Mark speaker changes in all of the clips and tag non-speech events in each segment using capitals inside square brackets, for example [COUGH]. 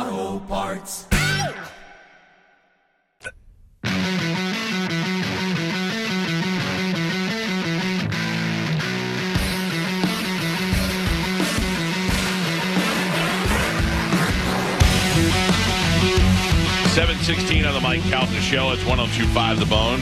Speaker 1: O'Reilly. Auto Parts.
Speaker 2: Seven sixteen on the Mike Calvin Show. It's one zero two five The Bone.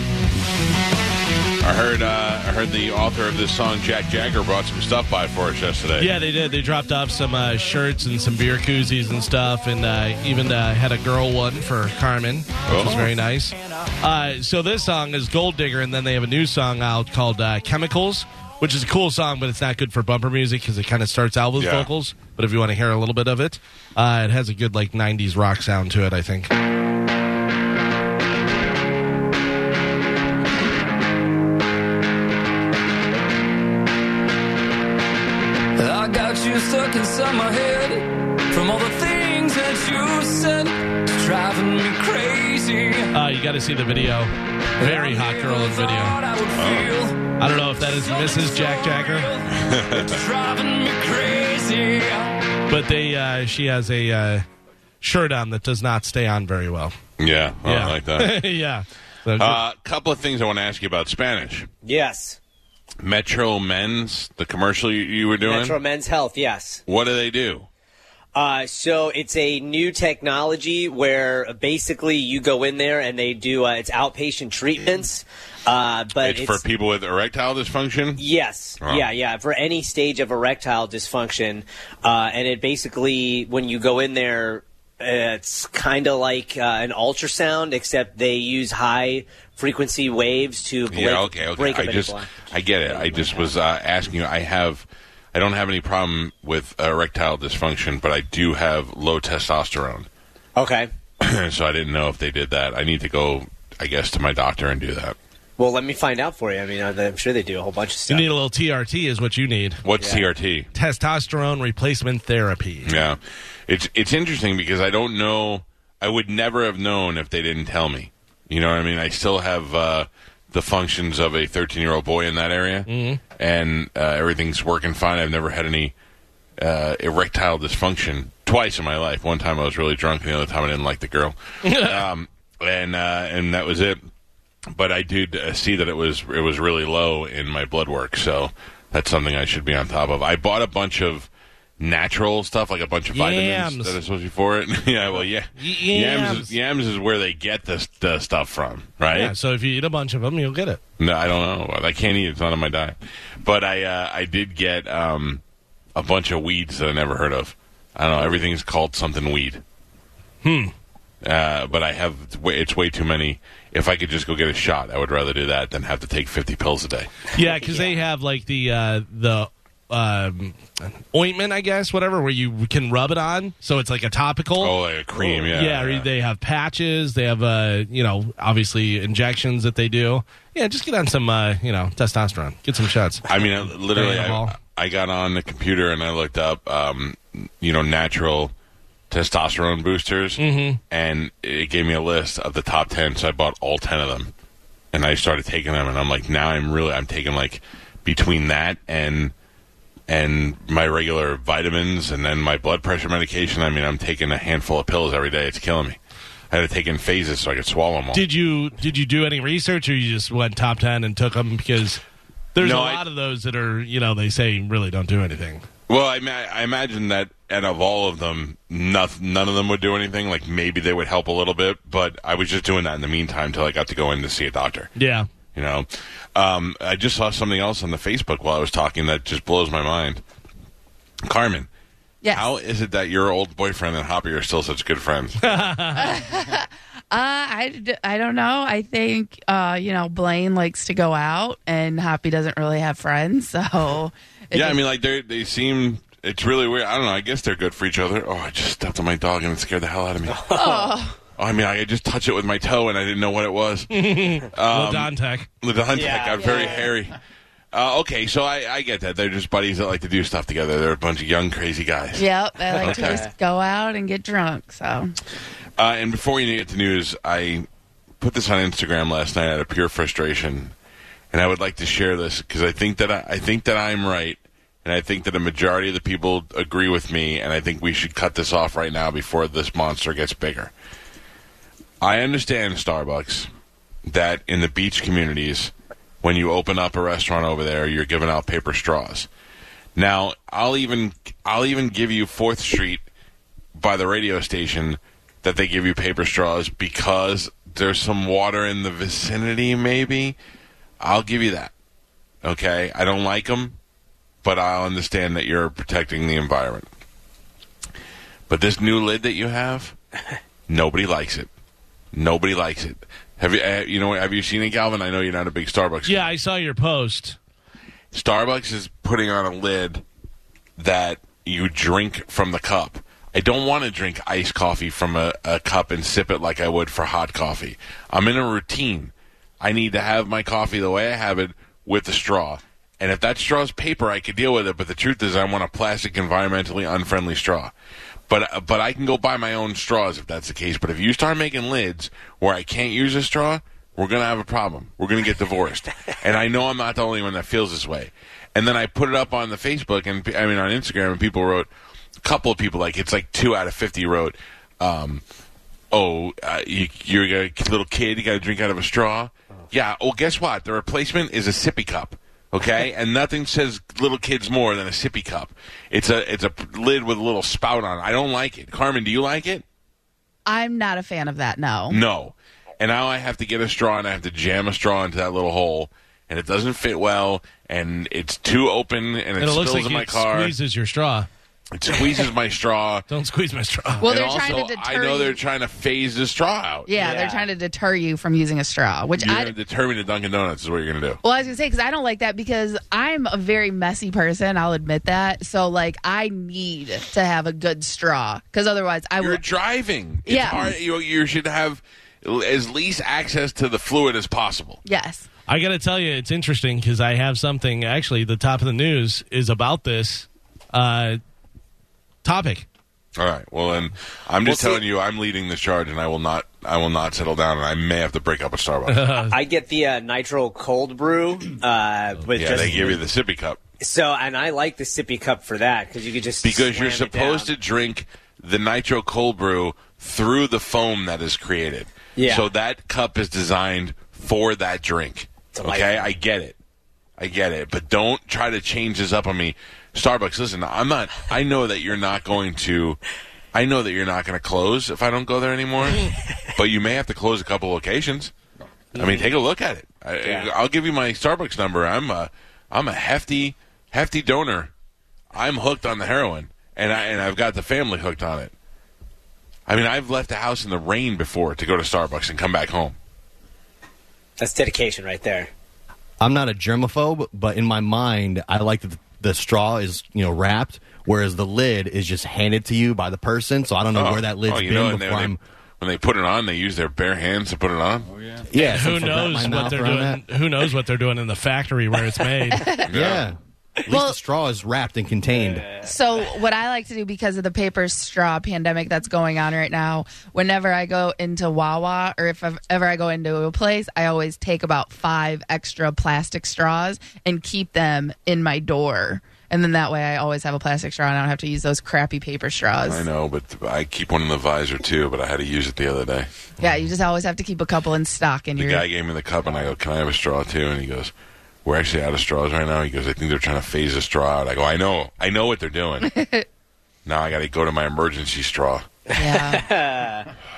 Speaker 2: I heard. Uh, I heard the author of this song, Jack Jagger, brought some stuff by for us yesterday.
Speaker 3: Yeah, they did. They dropped off some uh, shirts and some beer koozies and stuff, and uh, even uh, had a girl one for Carmen, which was
Speaker 2: Oh.
Speaker 3: very nice. Uh, so this song is Gold Digger, and then they have a new song out called uh, Chemicals, which is a cool song, but it's not good for bumper music because it kind of starts out with
Speaker 2: Yeah.
Speaker 3: vocals. But if you want to hear a little bit of it, uh, it has a good like '90s rock sound to it. I think. Uh,
Speaker 1: I got you stuck inside my head from all the things that you said. It's driving me crazy.
Speaker 3: Uh, you got to see the video. Very hot girl in video.
Speaker 1: video.
Speaker 3: I don't know if that is Mrs. Jack Jagger.
Speaker 1: it's driving me crazy.
Speaker 3: but they uh, she has a uh, shirt on that does not stay on very [LAUGHS] well.
Speaker 2: yeah, I
Speaker 3: yeah,
Speaker 2: like
Speaker 3: [LAUGHS]
Speaker 2: that.
Speaker 3: yeah. So,
Speaker 2: A couple of things I want to ask you about Spanish.
Speaker 4: Yes.
Speaker 2: Metro Men's, the commercial you, you were doing.
Speaker 4: Metro Men's Health, yes.
Speaker 2: What do they do?
Speaker 4: Uh, so it's a new technology where basically you go in there and they do uh, it's outpatient treatments, uh, but
Speaker 2: It's, for people with erectile dysfunction.
Speaker 4: Yes.
Speaker 2: Oh.
Speaker 4: Yeah, yeah. For any stage of erectile dysfunction. Uh, and it basically, when you go in there, it's kind of like uh, an ultrasound, except they use high frequency waves to break,
Speaker 2: yeah, okay, okay.
Speaker 4: break up
Speaker 2: I
Speaker 4: any
Speaker 2: just,
Speaker 4: block.
Speaker 2: I get it. I just was uh, asking you. I have, I don't have any problem with erectile dysfunction, but I do have low testosterone.
Speaker 4: Okay.
Speaker 2: so I didn't know if they did that. I need to go, I guess, to my doctor and do that.
Speaker 4: Well, let me find out for you. I mean, I'm I'm sure they do a whole bunch of
Speaker 3: you
Speaker 4: stuff.
Speaker 3: need a little TRT, is what you need.
Speaker 2: What's TRT?
Speaker 3: Testosterone replacement therapy.
Speaker 2: Yeah, it's it's interesting because I don't know. I would never have known if they didn't tell me. You know what I mean? I still have uh, the functions of a 13 year old boy in that area, and uh, everything's working fine. I've never had any uh, erectile dysfunction twice in my life. One time I was really drunk, and the other time I didn't like the girl, um, and uh, and that was it. But I did uh, see that it was it was really low in my blood work, so that's something I should be on top of. I bought a bunch of natural stuff, like a bunch of vitamins
Speaker 3: Yams.
Speaker 2: that are supposed to be for it. [LAUGHS] yeah, well, yeah, yams is-
Speaker 3: Yams.
Speaker 2: yams is where they get this the stuff from, right?
Speaker 3: Yeah, so if you eat a bunch of them, you'll get it.
Speaker 2: No, I don't know. I can't eat. it. It's not on my diet. But I uh, I did get um, a bunch of weeds that I never heard of. I don't know. Everything's called something weed. Hmm. Uh, but I have it's way, it's way too many. If I could just go get a shot, I would rather do that than have to take fifty pills a day.
Speaker 3: Yeah, because they have like the uh, the um, ointment, I guess, whatever, where you can rub it on, so it's like a topical.
Speaker 2: Oh, like a cream. Yeah.
Speaker 3: or they have patches. They have, uh, you know, obviously injections that they do. Yeah, just get on some, uh, you know, testosterone. Get some shots.
Speaker 2: I mean, I, literally,
Speaker 3: Animal.
Speaker 2: I, I got on the computer and I looked up, um, you know, natural testosterone boosters, and it gave me a list of the top ten. So I bought all ten of them, and I started taking them. And I'm like, now I'm really, I'm taking like between that and and my regular vitamins, and then my blood pressure medication. I mean, I'm taking a handful of pills every day. It's killing me. I had to take in phases so I could swallow them all.
Speaker 3: Did you did you do any research, or you just went top ten and took them because there's
Speaker 2: No,
Speaker 3: a
Speaker 2: I-
Speaker 3: lot of those that are you know they say really don't do anything.
Speaker 2: Well, I, ma- I imagine that, and of all of them, noth- none of them would do anything. Like maybe they would help a little bit, but I was just doing that in the meantime till I got to go in to see a doctor.
Speaker 3: Yeah,
Speaker 2: You know, um, I just saw something else on the Facebook while I was talking that just blows my mind. Carmen,
Speaker 5: Yes.
Speaker 2: how is it that your old boyfriend and Hoppy are still such good friends?
Speaker 5: Uh, I, d- I don't know. I think, uh, you know, Blaine likes to go out and Hoppy doesn't really have friends.
Speaker 2: [LAUGHS]
Speaker 5: So, it
Speaker 2: yeah, I
Speaker 5: just-
Speaker 2: mean, like they they seem. It's really weird. I don't know. I guess they're good for each other. Oh, I just stepped on my dog and it scared the hell out of me. I mean, I could just touch it with my toe, and I didn't know what it was. Um,
Speaker 3: well, Don Tech.
Speaker 2: Ladon
Speaker 4: Yeah.
Speaker 2: Tech. I'm
Speaker 4: [LAUGHS]
Speaker 2: very hairy. Uh, okay, so I, I get that. They're just buddies that like to do stuff together. They're a bunch of young, crazy guys.
Speaker 5: Yep, I like to
Speaker 2: Okay.
Speaker 5: just go out and get drunk. So
Speaker 2: Uh, and before we get to news, I put this on Instagram last night out of pure frustration, and I would like to share this because I think that I, I think that I'm right, and I think that a majority of the people agree with me, and I think we should cut this off right now before this monster gets bigger. I understand Starbucks that in the beach communities, when you open up a restaurant over there, you're giving out paper straws. Now, I'll even I'll even give you Fourth Street by the radio station that they give you paper straws because there's some water in the vicinity. Maybe I'll give you that. Okay, I don't like them, but I'll understand that you're protecting the environment. But this new lid that you have, nobody likes it. Nobody likes it. Have you? Uh, you know? Have you seen it, Galvin? I know you're not a big Starbucks.
Speaker 3: Yeah, I saw your post.
Speaker 2: Starbucks is putting on a lid that you drink from the cup. I don't want to drink iced coffee from a, a cup and sip it like I would for hot coffee. I'm in a routine. I need to have my coffee the way I have it with a straw. And if that straw's paper, I could deal with it. But the truth is, I want a plastic, environmentally unfriendly straw. But but I can go buy my own straws if that's the case. But if you start making lids where I can't use a straw, we're going to have a problem. We're going to get divorced. and I know I'm not the only one that feels this way. And then I put it up on the Facebook and I mean on Instagram, and people wrote, a couple of people, like it's like two out of 50 wrote, um, oh, uh, you, you're a little kid, you got to drink out of a straw. Yeah, well, guess what? The replacement is a sippy cup. Okay, and nothing says little kids more than a sippy cup. It's a it's a lid with a little spout on. it. I don't like it. Carmen, do you like it?
Speaker 5: I'm not a fan of that. No.
Speaker 2: No. And now I have to get a straw and I have to jam a straw into that little hole, and it doesn't fit well, and it's too open, and it,
Speaker 3: And it
Speaker 2: spills
Speaker 3: looks like
Speaker 2: in
Speaker 3: it
Speaker 2: my car.
Speaker 3: squeezes your straw.
Speaker 2: It squeezes my straw.
Speaker 3: Don't squeeze my straw.
Speaker 5: [LAUGHS] Well,
Speaker 2: and
Speaker 5: they're
Speaker 2: also,
Speaker 5: trying to deter.
Speaker 2: I know
Speaker 5: you.
Speaker 2: they're trying to phase the straw out.
Speaker 5: yeah, they're
Speaker 4: Yeah.
Speaker 5: trying to deter you from using a straw, which
Speaker 2: You're
Speaker 5: I
Speaker 2: going to determine the Dunkin' Donuts is what you're going to do.
Speaker 5: Well, I was gonna say because I don't like that because I'm a very messy person. I'll admit that. So like, I need to have a good straw because otherwise I
Speaker 2: You're
Speaker 5: would.
Speaker 2: driving. It's
Speaker 5: Yeah.
Speaker 2: hard- you, you should have l- as least access to the fluid as possible.
Speaker 5: Yes.
Speaker 3: I got to tell you, it's interesting because I have something. Actually, the top of the news is about this uh, topic.
Speaker 2: All right. Well, then I'm just
Speaker 4: Well, see-
Speaker 2: telling you, I'm leading this charge, and I will not. I will not settle down, and I may have to break up with Starbucks.
Speaker 4: I get the uh, nitro cold brew uh, with
Speaker 2: yeah,
Speaker 4: just
Speaker 2: they give you the sippy cup
Speaker 4: so, and I like the sippy cup for that because you could just
Speaker 2: because you're
Speaker 4: slam it
Speaker 2: supposed
Speaker 4: down.
Speaker 2: to drink the nitro cold brew through the foam that is created.
Speaker 4: Yeah.
Speaker 2: So that cup is designed for that drink.
Speaker 4: Delightful.
Speaker 2: Okay, I get it. I get it, but don't try to change this up on me. Starbucks, listen, I'm not I know that you're not going to I know that you're not going to close if I don't go there anymore, but you may have to close a couple locations. I mean, take a look at it. I,
Speaker 4: Yeah.
Speaker 2: I'll give you my Starbucks number. I'm a I'm a hefty hefty donor. I'm hooked on the heroin, and I and I've got the family hooked on it. I mean, I've left the house in the rain before to go to Starbucks and come back home.
Speaker 4: That's dedication right there.
Speaker 6: I'm not a germaphobe, but in my mind, I like that the straw is you know wrapped, whereas the lid is just handed to you by the person. So I don't know where that lid's
Speaker 2: oh, you
Speaker 6: been
Speaker 2: know, and they,
Speaker 6: before
Speaker 2: when,
Speaker 6: I'm.
Speaker 2: they, when they put it on, they use their bare hands to put it on.
Speaker 6: yeah, so
Speaker 3: Who
Speaker 6: if I wrap my
Speaker 3: knows what
Speaker 6: mouth
Speaker 3: they're
Speaker 6: around
Speaker 3: doing?
Speaker 6: that-
Speaker 3: Who knows what they're doing in the factory where it's made?
Speaker 6: [LAUGHS] Yeah. At least the straw is wrapped and contained.
Speaker 5: So what I like to do because of the paper straw pandemic that's going on right now, whenever I go into Wawa or if I've- ever I go into a place, I always take about five extra plastic straws and keep them in my door. And then that way I always have a plastic straw and I don't have to use those crappy paper straws.
Speaker 2: I know, but I keep one in the visor too. But I had to use it the other day.
Speaker 5: Yeah, you just always have to keep a couple in stock in
Speaker 2: The
Speaker 5: your
Speaker 2: guy gave me the cup, and I go, "Can I have a straw too?" And he goes, "We're actually out of straws right now." He goes, "I think they're trying to phase a straw out." I go, "I know, I know what they're doing." now I got to go to my emergency straw,
Speaker 5: yeah.
Speaker 2: [LAUGHS]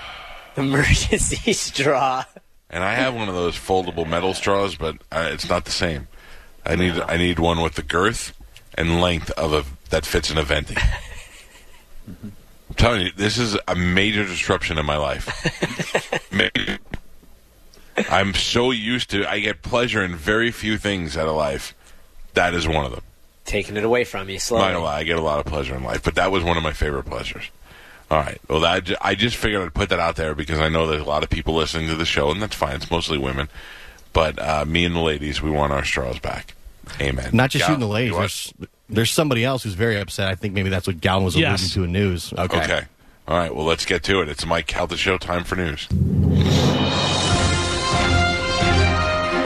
Speaker 4: Emergency [LAUGHS] straw.
Speaker 2: and I have one of those foldable metal straws, but uh, it's not the same. I need I need one with the girth and length of a that fits in a venti. I'm telling you, this is a major disruption in my life. Major. I'm so used to I get pleasure in very few things out of life. That is one of them.
Speaker 4: Taking it away from you
Speaker 2: Not gonna
Speaker 4: slowly.
Speaker 2: lie, I get a lot of pleasure in life, but that was one of my favorite pleasures. All right. Well, that ju- I just figured I'd put that out there because I know there's a lot of people listening to the show, and that's fine. It's mostly women, but uh, me and the ladies, we want our straws back. Amen.
Speaker 6: Not just
Speaker 2: Yeah.
Speaker 6: you and the ladies.
Speaker 2: You want-
Speaker 6: There's, there's somebody else who's very upset. I think maybe that's what Gowan was
Speaker 3: Yes.
Speaker 6: alluding to in news. Okay.
Speaker 2: Okay. All right. Well, let's get to it. It's Mike Calta Show. Time for news.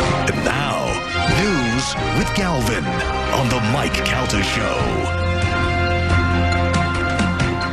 Speaker 7: And now, news with Galvin on the Mike Calter Show.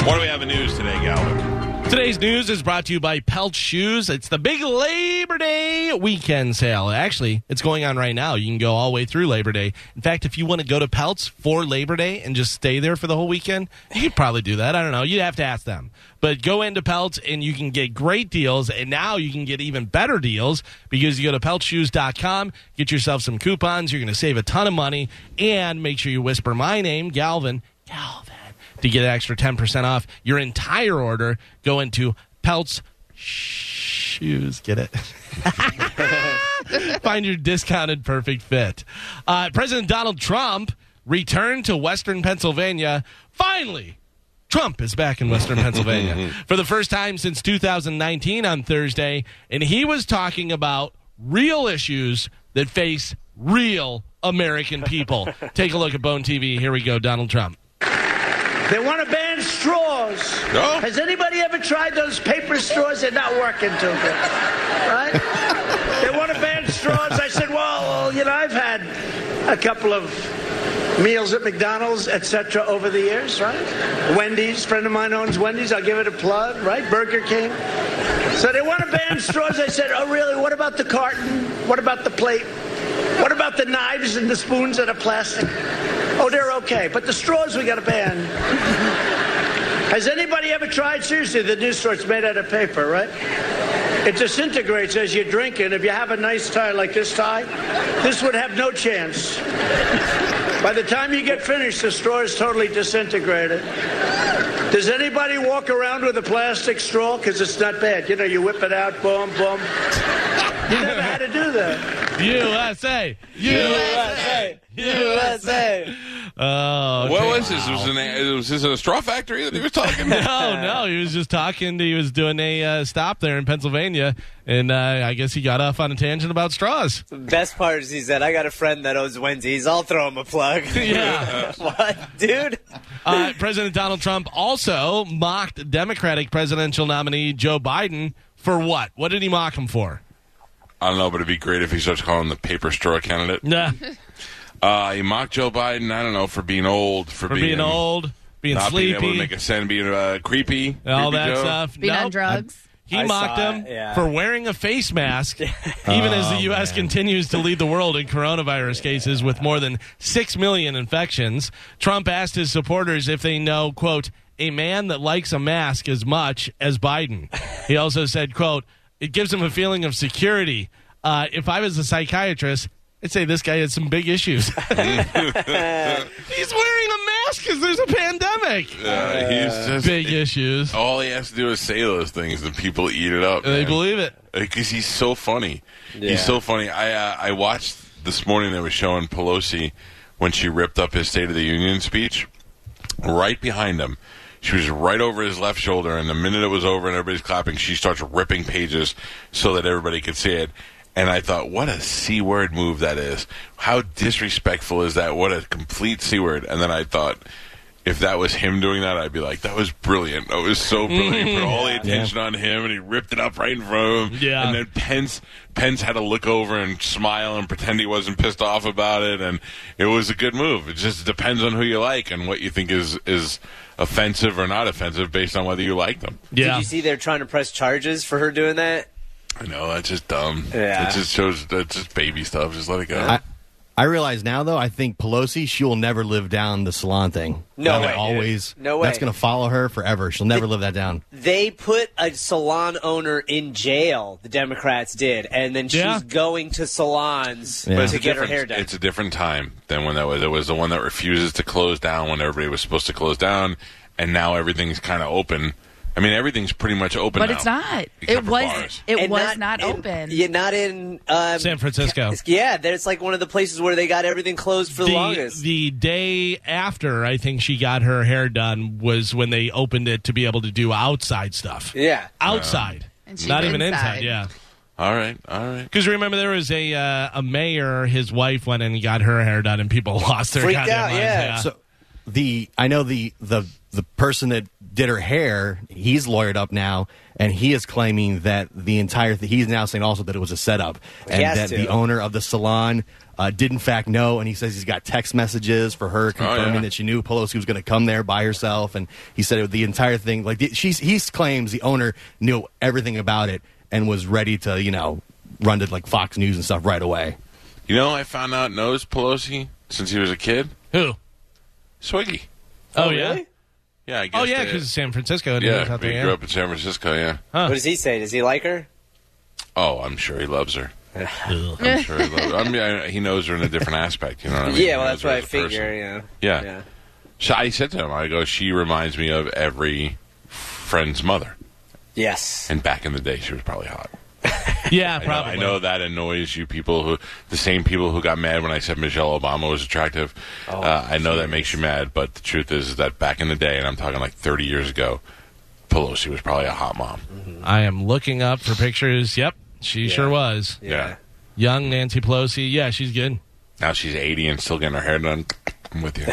Speaker 2: What do we have in news today, Galvin?
Speaker 3: Today's news is brought to you by Pelt Shoes. It's the big Labor Day weekend sale. Actually, it's going on right now. You can go all the way through Labor Day. In fact, if you want to go to Pelt's for Labor Day and just stay there for the whole weekend, you could probably do that. I don't know. You'd have to ask them. But go into Pelt's and you can get great deals. And now you can get even better deals because you go to peltshoes.com, get yourself some coupons. You're going to save a ton of money. And make sure you whisper my name, Galvin. Galvin to get an extra 10% off your entire order. Go into Pelts Shoes. Get it? [LAUGHS] Find your discounted perfect fit. Uh, President Donald Trump returned to Western Pennsylvania. Finally, Trump is back in Western Pennsylvania for the first time since 2019 on Thursday, and he was talking about real issues that face real American people. Take a look at Bone TV. Here we go, Donald Trump.
Speaker 8: They want to ban straws.
Speaker 2: No.
Speaker 8: Has anybody ever tried those paper straws? They're not working too good. Right? they want to ban straws. I said, well, you know, I've had a couple of meals at McDonald's, etc., over the years, right? Wendy's, friend of mine owns Wendy's. I'll give it a plug, right? Burger King. So they want to ban straws. I said, oh, really? What about the carton? What about the plate? What about the knives and the spoons that are plastic? Oh, they're okay, but the straws we got to ban. Has anybody ever tried? Seriously, the new straw, it's made out of paper, right? It disintegrates as you drink it. If you have a nice tie like this tie, this would have no chance. By the time you get finished, the straw is totally disintegrated. Does anybody walk around with a plastic straw? Because it's not bad. You know, you whip it out, boom, boom. You never had to do that.
Speaker 3: USA, USA, USA. Oh,
Speaker 2: What was this? It was, an, it was this a straw factory that he was talking [LAUGHS] about?
Speaker 3: no, no. He was just talking. To, he was doing a uh, stop there in Pennsylvania, and uh, I guess he got off on a tangent about straws.
Speaker 4: Best part is he said, I got a friend that owns Wendy's. I'll throw him a plug.
Speaker 3: Yeah.
Speaker 4: [LAUGHS] what, dude?
Speaker 5: [LAUGHS]
Speaker 3: Uh, President Donald Trump also mocked Democratic presidential nominee Joe Biden for what? What did he mock him for?
Speaker 2: I don't know, but it'd be great if he starts calling him the paper straw candidate.
Speaker 3: Nah,
Speaker 2: Uh, he mocked Joe Biden. I don't know for being old, for,
Speaker 3: for being old, being
Speaker 2: not
Speaker 3: sleepy,
Speaker 2: being able to make a sense, being uh, creepy,
Speaker 3: all
Speaker 2: creepy
Speaker 3: that
Speaker 2: Joe.
Speaker 3: stuff.
Speaker 5: Being on
Speaker 3: Nope.
Speaker 5: drugs.
Speaker 3: He
Speaker 4: I
Speaker 3: mocked
Speaker 4: saw
Speaker 3: him
Speaker 4: it, yeah. Oh,
Speaker 3: for wearing a
Speaker 4: [LAUGHS]
Speaker 3: face mask, even as the U.S. continues to lead the world in coronavirus cases with more than 6 million infections. Trump asked his supporters if they know, quote, a man that likes a mask as much as Biden. He also said, quote, it gives him a feeling of security. Uh, if I was a psychiatrist, I'd say this guy had some
Speaker 4: [LAUGHS]
Speaker 3: big issues. [LAUGHS] He's wearing a mask because there's a
Speaker 4: [LAUGHS]
Speaker 3: pandemic.
Speaker 2: Uh, he's just
Speaker 3: Big issues.
Speaker 4: Oh,
Speaker 2: all he has to do is say those things, and people eat it up.
Speaker 3: They
Speaker 2: man.
Speaker 3: believe it.
Speaker 2: because he's so funny. He's so funny. I uh, I watched this morning they were showing Pelosi when she ripped up his State of the Union speech. Right behind him, she was right over his left shoulder, and the minute it was over and everybody's clapping, she starts ripping pages so that everybody could see it. And I thought, what a c word move that is! How disrespectful is that? What a complete c word! And then I thought. If that was him doing that, I'd be like, "That was brilliant! That was so brilliant!" Put all the attention on him, and he ripped it up right in front of him.
Speaker 3: Yeah.
Speaker 2: and then Pence Pence had to look over and smile and pretend he wasn't pissed off about it, and it was a good move. It just depends on who you like and what you think is is offensive or not offensive based on whether you like them.
Speaker 3: Yeah.
Speaker 4: Did you see they're trying to press charges for her doing that?
Speaker 2: I know that's just dumb.
Speaker 4: Yeah.
Speaker 2: it just shows that's just baby stuff. Just let it go.
Speaker 6: I, I realize now, though, I think Pelosi, she will never live down the salon thing.
Speaker 4: No
Speaker 6: That'll
Speaker 4: way, dude.
Speaker 6: Always.
Speaker 4: No
Speaker 6: That's
Speaker 4: way.
Speaker 6: going to follow her forever. She'll never live that down.
Speaker 4: They put a salon owner in jail, the Democrats did, and then she's
Speaker 3: Yeah.
Speaker 4: going to salons
Speaker 6: But it's
Speaker 4: to
Speaker 2: It's a
Speaker 4: get her
Speaker 2: different-
Speaker 4: hair done.
Speaker 2: It's a different time than when that was. It was the one that refuses to close down when everybody was supposed to close down, and now everything's kind of open. I mean, everything's pretty much open.
Speaker 5: But
Speaker 2: now,
Speaker 5: it's not.
Speaker 2: except
Speaker 5: It
Speaker 2: for
Speaker 5: was.
Speaker 2: bars.
Speaker 5: It
Speaker 4: And
Speaker 5: was not,
Speaker 4: in-
Speaker 5: open.
Speaker 4: Yeah, not in um,
Speaker 3: San Francisco.
Speaker 4: Yeah, that's like one of the places where they got everything closed for the,
Speaker 3: The,
Speaker 4: longest.
Speaker 3: the day after I think she got her hair done was when they opened it to be able to do outside stuff.
Speaker 4: yeah.
Speaker 3: Outside.
Speaker 5: And she
Speaker 3: Not
Speaker 5: was
Speaker 3: even inside,
Speaker 5: inside.
Speaker 3: yeah.
Speaker 2: All right, all right.
Speaker 3: Because remember, there was a uh, a mayor. His wife went and got her hair done, and people [LAUGHS] lost their
Speaker 4: Freaked
Speaker 3: goddamn
Speaker 4: out,
Speaker 3: minds,
Speaker 4: yeah.
Speaker 6: So the I know the the the person that did her hair, he's lawyered up now, and he is claiming that the entire th- he's now saying also that it was a setup, and
Speaker 4: has
Speaker 6: that
Speaker 4: to.
Speaker 6: the owner of the salon uh, did in fact know, and he says he's got text messages for
Speaker 3: Oh,
Speaker 6: her confirming
Speaker 2: yeah.
Speaker 6: that she knew Pelosi was going to come there by herself, and he said it, the entire thing like the, she's he claims the owner knew everything about it and was ready to you know run to like Fox News and stuff right away.
Speaker 2: You know, I found out knows Pelosi since he was a kid.
Speaker 3: Who?
Speaker 2: Swiggy.
Speaker 3: Oh, yeah.
Speaker 2: Yeah, I guess.
Speaker 3: Oh yeah,
Speaker 2: they-
Speaker 3: because San Francisco. and he was
Speaker 2: yeah,
Speaker 3: out there,
Speaker 2: he
Speaker 3: yeah.
Speaker 2: grew up in San Francisco. Yeah.
Speaker 4: What does he say? Does he like her?
Speaker 2: Oh, I'm sure he loves her. I'm sure he
Speaker 3: [LAUGHS]
Speaker 2: loves her. I mean, I, he knows her in a different aspect. You know what I mean?
Speaker 4: yeah, well,
Speaker 2: He
Speaker 4: that's
Speaker 2: knows her
Speaker 4: what I
Speaker 2: as a person.
Speaker 4: figure. Yeah.
Speaker 2: Yeah.
Speaker 4: Yeah.
Speaker 2: So I said to him, I go, she reminds me of every friend's mother.
Speaker 4: Yes.
Speaker 2: And back in the day, she was probably hot.
Speaker 3: Yeah,
Speaker 2: I know,
Speaker 3: probably.
Speaker 2: I know that annoys you people who, the same people who got mad when I said Michelle Obama was attractive. uh, I know that makes you mad, but the truth is, is that back in the day, and I'm talking like 30 years ago, Pelosi was probably a hot mom.
Speaker 3: I am looking up for pictures. Yep, she sure was.
Speaker 4: Yeah.
Speaker 3: Young Nancy Pelosi. Yeah, she's good.
Speaker 2: Now she's 80 and still getting her hair done. [LAUGHS] I'm with you.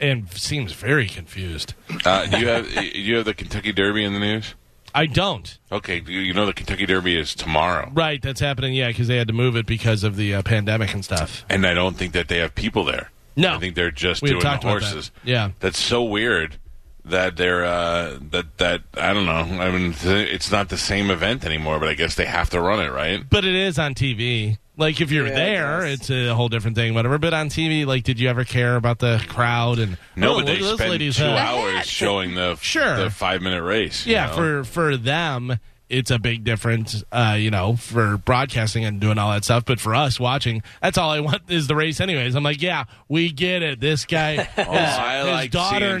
Speaker 3: And seems very confused.
Speaker 2: Uh, do you have do you have the Kentucky Derby in the news?
Speaker 3: I don't.
Speaker 2: Okay, do you you know the Kentucky Derby is tomorrow,
Speaker 3: Right, that's happening. Yeah, because they had to move it because of the uh, pandemic and stuff.
Speaker 2: and I don't think that they have people there.
Speaker 3: No.
Speaker 2: I think they're just
Speaker 3: We had
Speaker 2: doing the
Speaker 3: talked about that.
Speaker 2: horses.
Speaker 3: Yeah.
Speaker 2: that's so weird that they're uh, that that I don't know. I mean, th- it's not the same event anymore, but I guess they have to run it, right?
Speaker 3: But it is on TV. Like if you're
Speaker 4: Yeah, I
Speaker 3: there,
Speaker 4: guess.
Speaker 3: it's a whole different thing, whatever. But on TV, like, did you ever care about the crowd and
Speaker 2: No, but
Speaker 3: Oh, look
Speaker 2: they
Speaker 3: at those
Speaker 2: spend
Speaker 3: ladies,
Speaker 2: two
Speaker 3: huh?
Speaker 2: hours showing the
Speaker 3: Sure.
Speaker 2: the five minute race. you
Speaker 3: Yeah,
Speaker 2: know?
Speaker 3: for for them, it's a big difference. Uh, you know, for broadcasting and doing all that stuff. But for us watching, that's all I want is the race. Anyways, I'm like, yeah, we get it. This guy,
Speaker 2: [LAUGHS] Oh,
Speaker 3: his,
Speaker 2: I
Speaker 3: his
Speaker 2: like
Speaker 3: daughter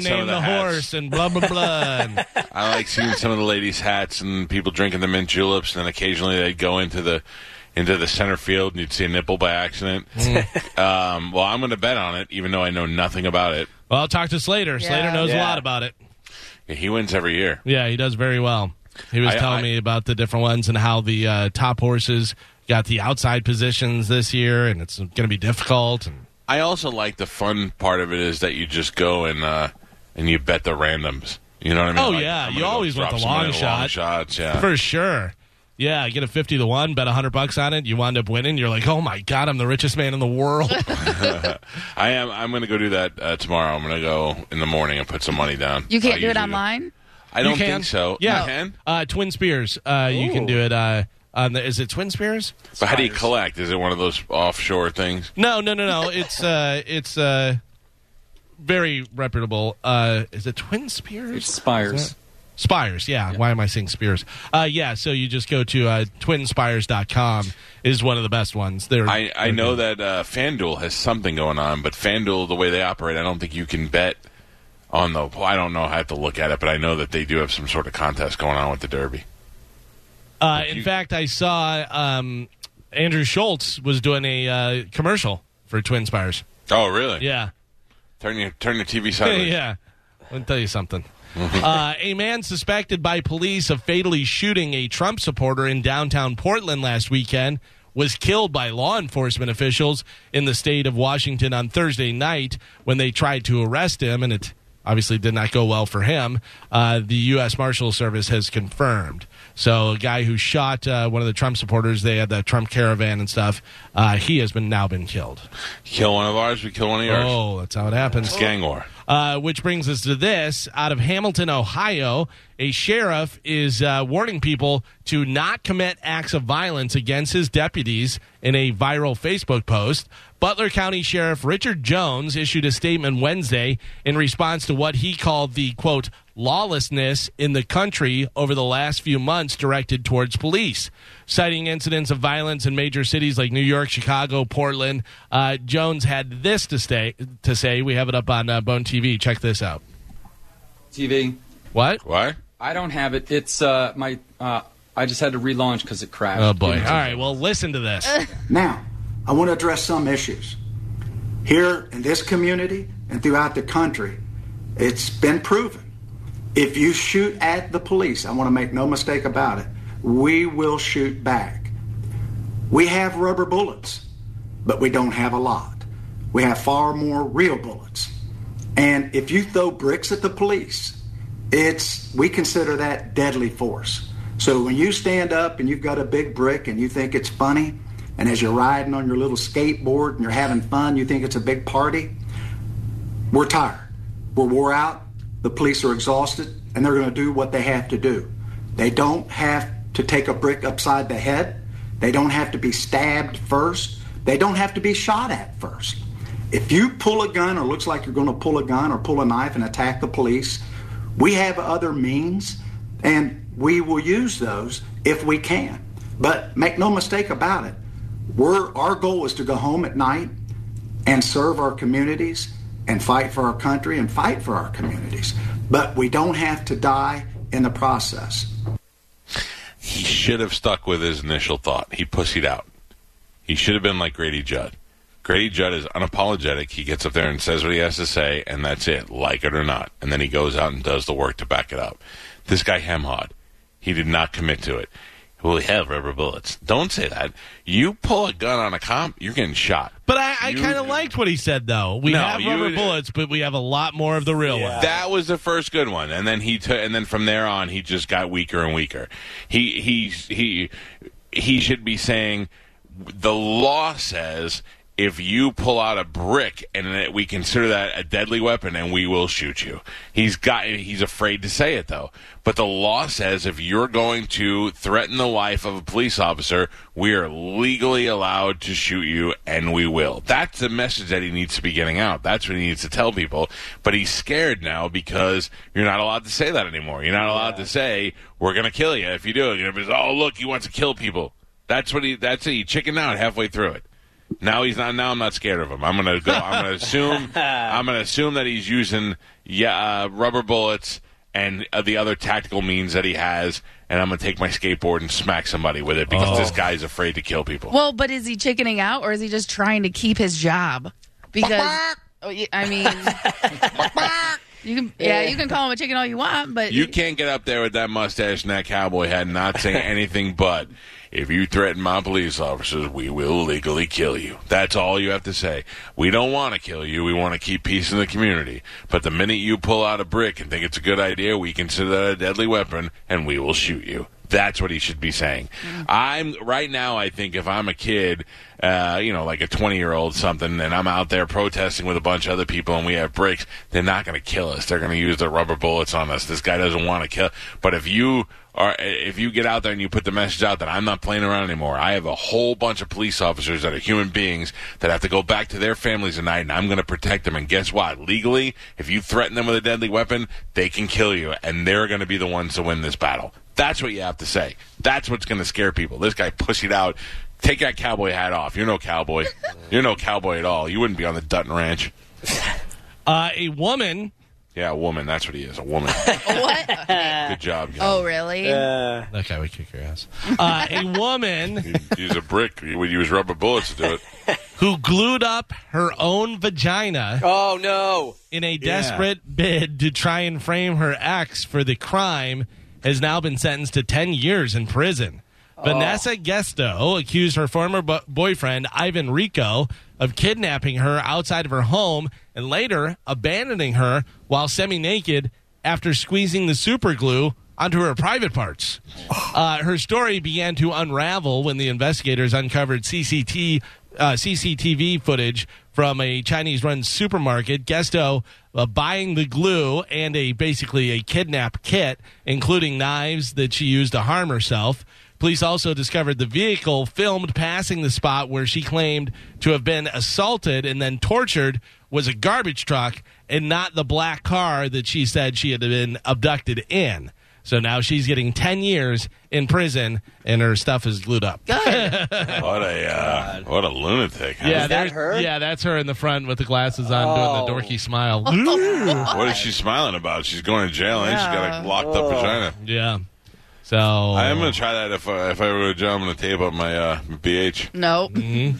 Speaker 2: seeing some of
Speaker 3: named
Speaker 2: the
Speaker 3: the,
Speaker 2: hats.
Speaker 3: horse, and blah blah blah. and-
Speaker 2: I like seeing some of the ladies' hats and people drinking the mint juleps, and then occasionally they'd go into the into the center field and you'd see a nipple by accident. [LAUGHS] um, well, I'm going to bet on it, even though I know nothing about it.
Speaker 3: well, I'll talk to Slater. Slater
Speaker 5: Yeah.
Speaker 3: knows a
Speaker 4: Yeah.
Speaker 3: lot about it.
Speaker 2: He wins every year.
Speaker 3: Yeah, he does very well. He was
Speaker 2: I-
Speaker 3: telling
Speaker 2: I-
Speaker 3: me about the different ones and how the uh, top horses got the outside positions this year, and it's going to be difficult. And
Speaker 2: I also like the fun part of it is that you just go and uh, and you bet the randoms. You know what I mean?
Speaker 3: Oh,
Speaker 2: Like,
Speaker 3: yeah.
Speaker 2: I'm
Speaker 3: You
Speaker 2: gonna go
Speaker 3: always want
Speaker 2: drop
Speaker 3: the
Speaker 2: some
Speaker 3: long
Speaker 2: of
Speaker 3: shot.
Speaker 2: shots, yeah.
Speaker 3: For sure. Yeah, get a 50 to 1, bet 100 bucks on it, you wind up winning. You're like, "Oh my god, I'm the richest man in the world."
Speaker 2: I am. I'm going to go do that uh, tomorrow. I'm going to go in the morning and put some money down.
Speaker 5: you
Speaker 2: I
Speaker 5: can't do it
Speaker 2: usually
Speaker 5: online.
Speaker 2: I don't
Speaker 3: You can.
Speaker 2: think so.
Speaker 3: Yeah.
Speaker 2: You can?
Speaker 3: Uh, Twin Spears. Uh, you can do it uh on the, is it Twin Spears?
Speaker 2: But how do you collect? Is it one of those offshore things?
Speaker 3: No, no, no, no. It's uh it's uh very reputable. Uh is it Twin Spears?
Speaker 9: Spires.
Speaker 3: Spires, yeah. Why am I saying Spears? Uh, yeah, so you just go to uh, twinspires.com is one of the best ones. They're,
Speaker 2: I, I
Speaker 3: Mm-hmm.
Speaker 2: know that uh, FanDuel has something going on, but FanDuel, the way they operate, I don't think you can bet on the. Well, I don't know. I have to look at it, but I know that they do have some sort of contest going on with the Derby.
Speaker 3: Uh, in fact, I saw um, Andrew Schultz was doing a uh, commercial for Twin Spires.
Speaker 2: Oh, really?
Speaker 3: Yeah.
Speaker 2: Turn your turn your TV sideways.
Speaker 3: [LAUGHS] yeah. Let me tell you something. uh, a man suspected by police of fatally shooting a Trump supporter in downtown Portland last weekend was killed by law enforcement officials in the state of Washington on Thursday night when they tried to arrest him, and it obviously did not go well for him. Uh, the U.S. Marshal Service has confirmed. So, a guy who shot uh, one of the Trump supporters, they had the Trump caravan and stuff. Uh, he has been now been killed.
Speaker 2: Kill one of ours, we kill one of yours.
Speaker 3: Oh, that's how it happens.
Speaker 2: It's gang war.
Speaker 3: Uh, which brings us to this. Out of Hamilton, Ohio, a sheriff is uh, warning people to not commit acts of violence against his deputies in a viral Facebook post. Butler County Sheriff Richard Jones issued a statement Wednesday in response to what he called the quote, lawlessness in the country over the last few months directed towards police. Citing incidents of violence in major cities like New York, Chicago, Portland, uh, Jones had this to, stay, to say. We have it up on uh, Bone TV. Check this out.
Speaker 9: TV.
Speaker 3: What?
Speaker 2: Why?
Speaker 9: I don't have it. It's uh, my. Uh, I just had to relaunch because it crashed.
Speaker 3: Oh boy! All right. Well, listen to [LAUGHS] this.
Speaker 10: Now, I want to address some issues. Here in this community and throughout the country, it's been proven. If you shoot at the police, I want to make no mistake about it, we will shoot back. We have rubber bullets, but we don't have a lot. We have far more real bullets. And if you throw bricks at the police, it's we consider that deadly force. So when you stand up and you've got a big brick and you think it's funny, and as you're riding on your little skateboard and you're having fun, you think it's a big party, we're tired. We're wore out. The police are exhausted, and they're going to do what they have to do. They don't have to take a brick upside the head. They don't have to be stabbed first. They don't have to be shot at first. If you pull a gun or looks like you're going to pull a gun or pull a knife and attack the police, we have other means, and we will use those if we can. But make no mistake about it, we're, our goal is to go home at night and serve our communities and fight for our country and fight for our communities. But we don't have to die in the process.
Speaker 2: He should have stuck with his initial thought. He pussied out. He should have been like Grady Judd. Grady Judd is unapologetic. He gets up there and says what he has to say, and that's it, like it or not. And then he goes out and does the work to back it up. This guy Hemhod, he did not commit to it. Well, we have rubber bullets. Don't say that. You pull a gun on a cop, you're getting shot.
Speaker 3: But I, I
Speaker 2: You-
Speaker 3: kind of liked what he said, though. We
Speaker 2: No,
Speaker 3: have
Speaker 2: you-
Speaker 3: rubber bullets, but we have a lot more of the real ones.
Speaker 2: That was the first good one, and then he took, and then from there on, he just got weaker and weaker. He he he he should be saying, the law says if you pull out a brick and that we consider that a deadly weapon, and we will shoot you. He's got he's afraid to say it though, but the law says if you're going to threaten the life of a police officer, we are legally allowed to shoot you, and we will. That's the message that he needs to be getting out. That's what he needs to tell people. But he's scared now because you're not allowed to say that anymore. You're not allowed to say we're going to kill you if you do it. You know, because, oh look, he wants to kill people. That's what he. That's it. He chickened out halfway through it. Now he's not. Now I'm not scared of him. I'm gonna go. I'm gonna assume. I'm gonna assume that he's using yeah uh, rubber bullets and uh, the other tactical means that he has, and I'm gonna take my skateboard and smack somebody with it because this guy's afraid to kill people.
Speaker 5: Well, but is he chickening out or is he just trying to keep his job? Because Oh, yeah, I mean, you can yeah, you can call him a chicken all you want, but
Speaker 2: You can't get up there with that mustache and that cowboy hat and not say anything but, if you threaten my police officers, we will legally kill you. That's all you have to say. We don't want to kill you. We want to keep peace in the community. But the minute you pull out a brick and think it's a good idea, we consider that a deadly weapon and we will shoot you. That's what he should be saying. I'm right now. I think if I'm a kid, uh, you know, like a 20 year old something, and I'm out there protesting with a bunch of other people, and we have bricks, they're not going to kill us. They're going to use their rubber bullets on us. This guy doesn't want to kill. But if you are, if you get out there and you put the message out that I'm not playing around anymore, I have a whole bunch of police officers that are human beings that have to go back to their families at night, and I'm going to protect them. And guess what? Legally, if you threaten them with a deadly weapon, they can kill you, and they're going to be the ones to win this battle. That's what you have to say. That's what's going to scare people. This guy pussied out. Take that cowboy hat off. You're no cowboy. You're no cowboy at all. You wouldn't be on the Dutton Ranch.
Speaker 3: Uh, a woman.
Speaker 2: Yeah, a woman. That's what he is. A woman.
Speaker 5: what?
Speaker 2: Good job. Guy.
Speaker 5: Oh, really?
Speaker 3: That guy would kick your ass. Uh, a [LAUGHS] woman
Speaker 2: He's a brick. He would use rubber bullets to do it.
Speaker 3: who glued up her own vagina
Speaker 4: Oh no!
Speaker 3: in a desperate bid to try and frame her ex for the crime has now been sentenced to 10 years in prison. Vanessa Gesto accused her former bo- boyfriend, Ivan Rico, of kidnapping her outside of her home and later abandoning her while semi naked after squeezing the super glue onto her private parts. Uh, her story began to unravel when the investigators uncovered CCT, uh, CCTV footage from a Chinese run supermarket. Gesto uh, buying the glue and a basically a kidnap kit, including knives that she used to harm herself. Police also discovered the vehicle filmed passing the spot where she claimed to have been assaulted and then tortured was a garbage truck and not the black car that she said she had been abducted in. So now she's getting 10 years in prison and her stuff is glued up.
Speaker 2: What a uh, what a lunatic. huh?
Speaker 3: Yeah,
Speaker 4: Is that
Speaker 3: there's-
Speaker 4: her? Oh.
Speaker 3: Yeah, that's her in the front with the glasses on doing the dorky smile. [LAUGHS]
Speaker 2: What is she smiling about? She's going to jail and she's got a locked up vagina.
Speaker 3: yeah. So
Speaker 2: I am going to try that if I, if I were a jail. I'm going to tape up my uh, BH.
Speaker 5: Nope.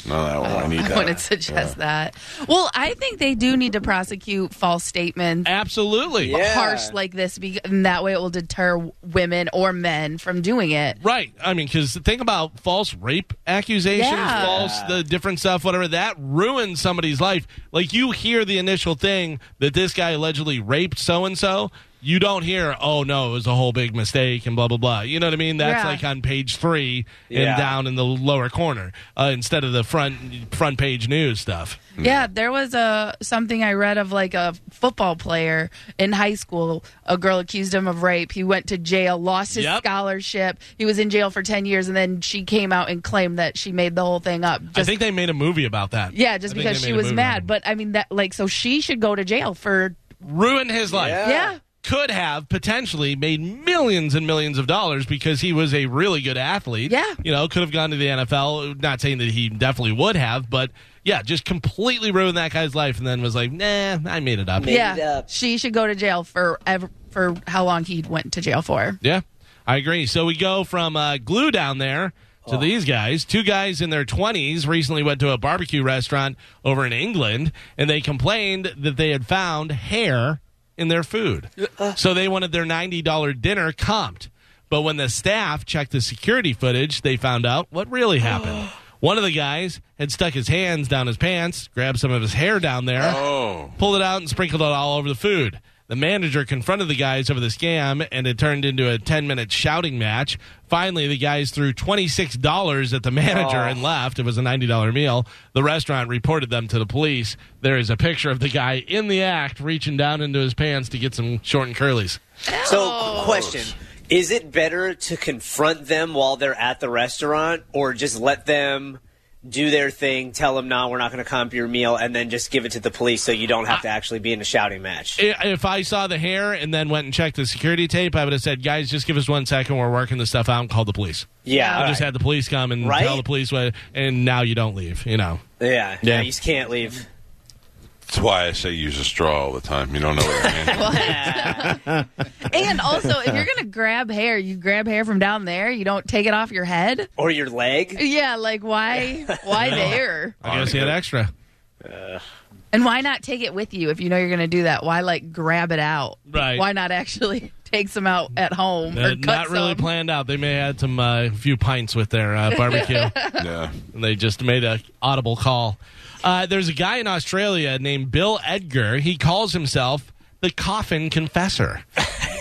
Speaker 5: [LAUGHS]
Speaker 2: No, that one. I need
Speaker 5: I
Speaker 2: that.
Speaker 5: wouldn't suggest that. Well, I think they do need to prosecute false statements.
Speaker 3: absolutely
Speaker 4: Yeah.
Speaker 5: harsh like this be- and that way it will deter women or men from doing it
Speaker 3: right. I mean, because think about false rape accusations,
Speaker 5: Yeah.
Speaker 3: false the different stuff, whatever that ruins somebody's life. Like you hear the initial thing that this guy allegedly raped so and so. You don't hear, oh no, it was a whole big mistake and blah blah blah. You know what I mean? That's
Speaker 5: Yeah.
Speaker 3: like on page three
Speaker 4: Yeah.
Speaker 3: and down in the lower corner uh, instead of the front front page news stuff.
Speaker 5: yeah there was a something i read of like a football player in high school a girl accused him of rape he went to jail lost his
Speaker 3: Yep.
Speaker 5: scholarship he was in jail for 10 years and then she came out and claimed that she made the whole thing up
Speaker 3: I
Speaker 5: just
Speaker 3: think they made a movie about that.
Speaker 5: yeah just
Speaker 3: I think
Speaker 5: because
Speaker 3: they
Speaker 5: she
Speaker 3: made a
Speaker 5: was
Speaker 3: movie
Speaker 5: mad
Speaker 3: about
Speaker 5: but i mean that like so she should go to jail for
Speaker 3: it. ruined his life.
Speaker 5: yeah
Speaker 3: could have potentially made millions and millions of dollars because he was a really good athlete.
Speaker 5: Yeah.
Speaker 3: You know, could have gone to the NFL. Not saying that he definitely would have, but yeah, just completely ruined that guy's life and then was like, nah, I made it up.
Speaker 4: Made it
Speaker 5: yeah
Speaker 4: up.
Speaker 5: she should go to jail for ever for how long he went to jail for
Speaker 3: Yeah, I agree. So we go from uh, glue down there to these guys. Two guys in their 20s recently went to a barbecue restaurant over in England and they complained that they had found hair in their food. So they wanted their $90 dinner comped. But when the staff checked the security footage, they found out what really happened. One of the guys had stuck his hands down his pants, grabbed some of his hair down there
Speaker 2: Oh,
Speaker 3: pulled it out and sprinkled it all over the food. The manager confronted the guys over the scam, and it turned into a 10 minute shouting match. Finally, the guys threw $26 at the manager
Speaker 4: Oh.
Speaker 3: and left. It was a $90 meal. The restaurant reported them to the police. There is a picture of the guy in the act reaching down into his pants to get some short and curlies.
Speaker 4: So, question: Is it better to confront them while they're at the restaurant, or just let them do their thing? Tell them, "No, we're not going to comp your meal," and then just give it to the police, so you don't have to actually be in a shouting match.
Speaker 3: I- If I saw the hair and then went and checked the security tape, I would have said, guys, just give us one second. We're working this stuff out and call the police.
Speaker 4: yeah,
Speaker 3: I
Speaker 4: all
Speaker 3: just
Speaker 4: right.
Speaker 3: had the police come and
Speaker 4: Right?
Speaker 3: tell the police what, and now you don't leave, you know.
Speaker 4: yeah,
Speaker 6: Yeah.
Speaker 4: yeah. You just can't leave.
Speaker 2: that's why I say use a straw all the time. You don't know what I mean.
Speaker 5: [LAUGHS] And also, if you're gonna grab hair, you grab hair from down there. You don't take it off your head.
Speaker 4: Or your leg.
Speaker 5: Yeah, like
Speaker 3: [LAUGHS]
Speaker 5: why? Why there?
Speaker 3: I guess he had extra.
Speaker 5: And why not take it with you if you know you're gonna do that? Why like grab it out?
Speaker 3: Right.
Speaker 5: Why not actually [LAUGHS] take some out at home
Speaker 3: Uh,
Speaker 5: or cut
Speaker 3: not really
Speaker 5: some?
Speaker 3: planned out. They may have had some uh, few pints with their uh,
Speaker 5: [LAUGHS]
Speaker 3: barbecue,
Speaker 2: yeah.
Speaker 3: and they just made a audible call. Uh, there's a guy in Australia named Bill Edgar. He calls himself the Coffin
Speaker 5: [LAUGHS]
Speaker 3: Confessor.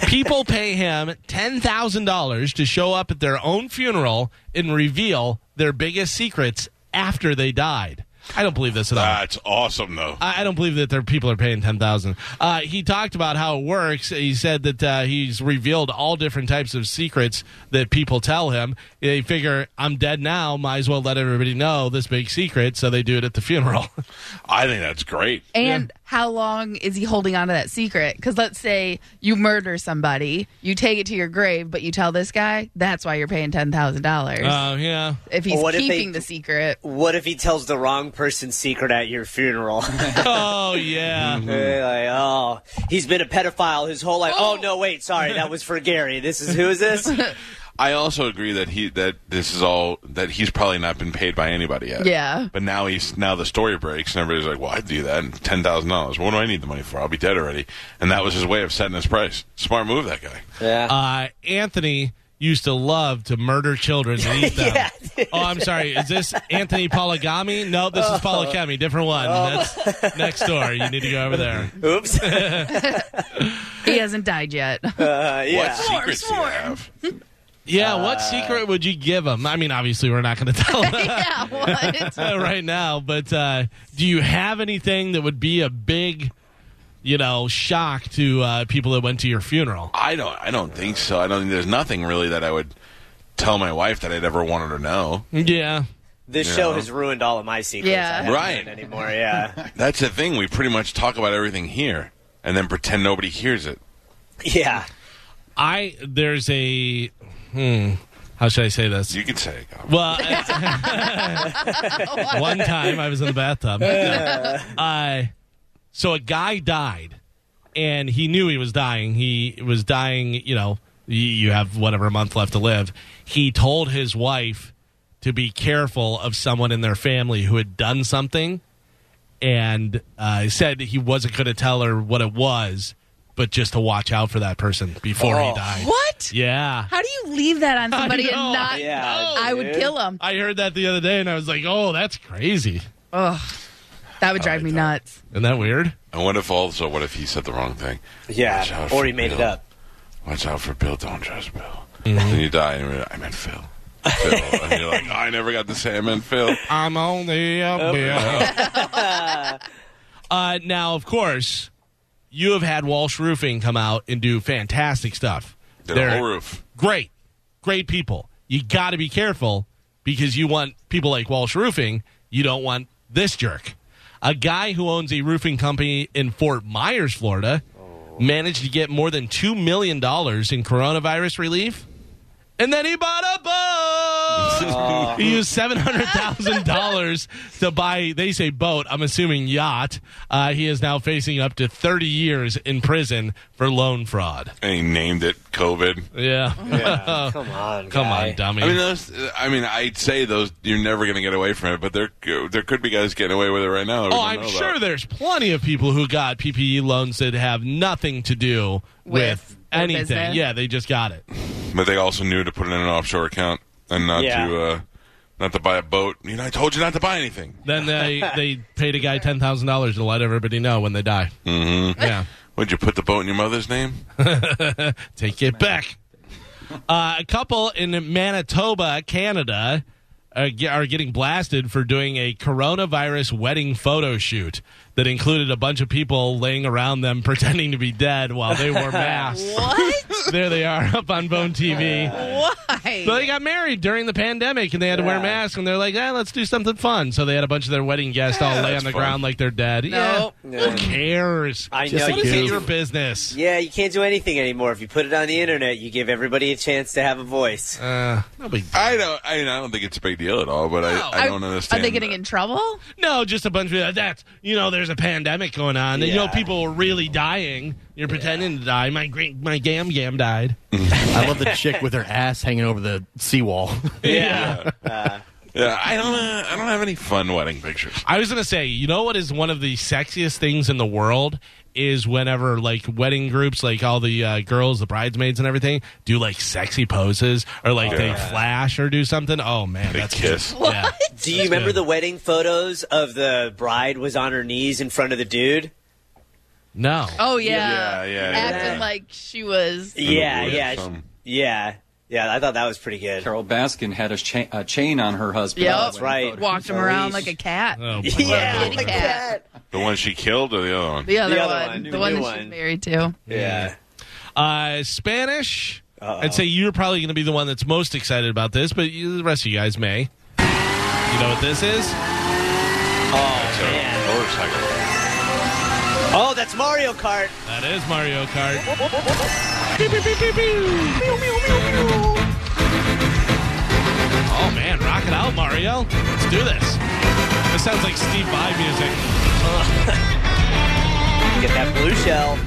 Speaker 3: People pay him ten thousand dollars to show up at their own funeral and reveal their biggest secrets after they died. I don't believe this at all.
Speaker 2: That's awesome, though.
Speaker 3: I, I don't believe that their people are paying ten thousand. Uh, he talked about how it works. He said that uh, he's revealed all different types of secrets that people tell him. They figure I'm dead now, might as well let everybody know this big secret, so they do it at the funeral. [LAUGHS]
Speaker 2: I think that's great.
Speaker 5: And how long is he holding on to that secret? Because let's say you murder somebody, you take it to your grave, but you tell this guy. That's why you're paying ten thousand dollars
Speaker 3: uh, yeah,
Speaker 5: if he's
Speaker 4: What if they-
Speaker 5: keeping the secret.
Speaker 4: What if he tells the wrong person's secret at your funeral? [LAUGHS]
Speaker 3: oh yeah.
Speaker 4: They're like, oh, he's been a pedophile his whole life. Oh, no, wait, sorry, that was for Gary. This is who is [LAUGHS] this?
Speaker 2: I also agree that he that this is all that he's probably not been paid by anybody yet.
Speaker 5: Yeah.
Speaker 2: But now he's now the story breaks and everybody's like, "Well, I'd do that. Ten thousand dollars. What do I need the money for? I'll be dead already." And that was his way of setting his price. Smart move, that guy.
Speaker 4: Yeah.
Speaker 3: Uh, Anthony used to love to murder children and eat them.
Speaker 4: Yeah,
Speaker 3: oh, I'm sorry. Is this Anthony Polygamy? No, this is Polygamy. Different one. That's next door. You need to go over there.
Speaker 4: Oops. Uh,
Speaker 5: He hasn't
Speaker 4: [LAUGHS]
Speaker 5: died yet. [LAUGHS]
Speaker 4: yeah.
Speaker 2: What secrets do you have?
Speaker 3: Yeah, what secret would you give them? I mean, obviously, we're not going to [LAUGHS] tell them
Speaker 5: yeah. What?
Speaker 3: right now, but uh, do you have anything that would be a big, you know, shock to uh, people that went to your funeral?
Speaker 2: I don't. I don't think so. I don't think there's nothing really that I would tell my wife that I'd ever want her to know.
Speaker 3: Yeah.
Speaker 4: This show has ruined all of my secrets.
Speaker 5: Yeah.
Speaker 4: I haven't
Speaker 2: Right.
Speaker 4: done Anymore, yeah.
Speaker 2: That's the thing. We pretty much talk about everything here and then pretend nobody hears it.
Speaker 4: yeah.
Speaker 3: I there's a hmm, how should I say this?
Speaker 2: You can say it. Gob.
Speaker 3: Well, [LAUGHS] one time I was in the bathtub. uh, so a guy died, and he knew he was dying. He was dying. You know, y- you have whatever a month left to live. He told his wife to be careful of someone in their family who had done something, and uh, said he wasn't going to tell her what it was, but just to watch out for that person before he
Speaker 4: Oh.
Speaker 3: died.
Speaker 5: What?
Speaker 3: Yeah.
Speaker 5: How do you leave that on somebody and
Speaker 3: know.
Speaker 5: not?
Speaker 4: Yeah,
Speaker 5: I would
Speaker 4: dude.
Speaker 5: kill him.
Speaker 3: I heard that the other day, and I was like, "Oh, that's crazy."
Speaker 5: Ugh, that would drive me nuts.
Speaker 3: Isn't that weird?
Speaker 2: And what if also, what if he said the wrong thing? Watch
Speaker 4: Yeah,
Speaker 2: out
Speaker 4: or
Speaker 2: for
Speaker 4: he made it
Speaker 2: Bill.
Speaker 4: up.
Speaker 2: Watch out for Bill. Don't trust Bill.
Speaker 3: Mm-hmm.
Speaker 2: And you die, and you're like, I meant Phil.
Speaker 3: [LAUGHS]
Speaker 2: Phil. and you're like, I never got to say I meant Phil.
Speaker 3: I'm only
Speaker 2: Oh,
Speaker 3: a bill. [LAUGHS] uh, now, of course, you have had Walsh Roofing come out and do fantastic stuff.
Speaker 2: Did a
Speaker 3: They're
Speaker 2: whole roof.
Speaker 3: great, great people. You got to be careful because you want people like Walsh Roofing. You don't want this jerk. A guy who owns a roofing company in Fort Myers, Florida,
Speaker 2: Oh.
Speaker 3: managed to get more than $2 million in coronavirus relief, and then he bought a boat!
Speaker 2: [LAUGHS]
Speaker 3: He used seven hundred thousand dollars to buy. They say boat. I'm assuming yacht. Uh, he is now facing up to thirty years in prison for loan fraud.
Speaker 2: And he named it COVID.
Speaker 3: Yeah,
Speaker 4: [LAUGHS] Come on,
Speaker 3: [LAUGHS] come
Speaker 4: guy.
Speaker 3: on, dummy.
Speaker 2: I mean, those. I mean, I'd say those. You're never going to get away from it, but there there could be guys getting away with it right now. that we
Speaker 3: oh,
Speaker 2: don't
Speaker 3: I'm
Speaker 2: know
Speaker 3: sure
Speaker 2: about.
Speaker 3: there's plenty of people who got PPE loans that have nothing to do with,
Speaker 5: With their
Speaker 3: anything.
Speaker 5: business.
Speaker 3: Yeah, they just got it.
Speaker 2: But they also knew to put it in an offshore account and not
Speaker 4: Yeah.
Speaker 2: to uh, not to buy a boat. You know, I told you not to buy anything.
Speaker 3: Then they they paid a guy ten thousand dollars to let everybody know when they die. Mm-hmm. Yeah.
Speaker 2: Would you put the boat in your mother's name?
Speaker 3: Take it back. Uh, a couple in Manitoba, Canada, are, ge- are getting blasted for doing a coronavirus wedding photo shoot that included a bunch of people laying around them [LAUGHS] pretending to be dead while they wore masks.
Speaker 5: What?
Speaker 3: [LAUGHS] there they are up on Bone TV.
Speaker 5: Why?
Speaker 3: So they got married during the pandemic and they had to wear masks and they're like, eh, let's do something fun. So they had a bunch of their wedding guests all lay on
Speaker 2: that's
Speaker 3: the
Speaker 2: fun.
Speaker 3: ground like they're dead.
Speaker 5: No.
Speaker 3: Yeah. Who cares?
Speaker 4: I
Speaker 6: Just
Speaker 4: know
Speaker 6: like
Speaker 3: what
Speaker 4: you
Speaker 3: is
Speaker 6: you.
Speaker 3: it
Speaker 4: can't
Speaker 3: your business?
Speaker 4: Yeah, you can't do anything anymore. If you put it on the internet, you give everybody a chance to have a
Speaker 3: [LAUGHS]
Speaker 4: voice.
Speaker 3: Uh, no big
Speaker 2: I don't. I, mean, I don't think it's a big deal at all. But
Speaker 3: No.
Speaker 2: I, I don't understand.
Speaker 5: Are they getting in trouble?
Speaker 3: No, just a bunch of uh, that's you know, there's a pandemic going on. You know,
Speaker 4: Yeah.
Speaker 3: people are really dying. You're pretending to die. My great, my gam gam died.
Speaker 6: [LAUGHS] I love the chick with her ass hanging over the seawall.
Speaker 4: Yeah.
Speaker 2: Yeah, I don't. Uh, I don't have any fun wedding pictures.
Speaker 3: I was gonna say, you know what is one of the sexiest things in the world is whenever like wedding groups, like all the uh, girls, the bridesmaids, and everything, do like sexy poses or like they flash or do something. Oh man,
Speaker 2: They
Speaker 3: that's
Speaker 2: kiss.
Speaker 3: Yeah.
Speaker 4: Do you remember
Speaker 3: good.
Speaker 4: the wedding photos of the bride was on her knees in front of the dude?
Speaker 3: No.
Speaker 5: Oh yeah.
Speaker 2: Yeah, yeah,
Speaker 5: Acting
Speaker 2: yeah.
Speaker 5: like she was.
Speaker 4: [LAUGHS] Yeah,
Speaker 2: yeah,
Speaker 4: yeah,
Speaker 2: some.
Speaker 4: yeah, yeah. I thought that was pretty good. [LAUGHS]
Speaker 9: Carol Baskin had a, cha- a chain on her husband.
Speaker 5: Yep.
Speaker 9: on the
Speaker 5: That's
Speaker 9: wedding
Speaker 4: right.
Speaker 9: photo.
Speaker 5: Walked him around like a cat.
Speaker 3: Oh,
Speaker 4: Yeah,
Speaker 5: Kitty cat.
Speaker 2: The one she killed or the other one?
Speaker 5: The other,
Speaker 4: other
Speaker 5: one,
Speaker 4: one,
Speaker 5: the
Speaker 4: the
Speaker 5: one
Speaker 4: new
Speaker 5: that she's
Speaker 4: one.
Speaker 5: married to.
Speaker 4: yeah.
Speaker 3: Uh, Spanish. I'd say you're probably going to be the one that's most excited about this, but you, the rest of you guys may. You know what this is?
Speaker 2: It's a
Speaker 4: man.
Speaker 2: motorcycle.
Speaker 4: Oh, that's Mario Kart.
Speaker 3: That is Mario Kart. Oh man, rock it out, Mario! Let's do this. This sounds like Steve Vai music.
Speaker 4: Get that blue shell.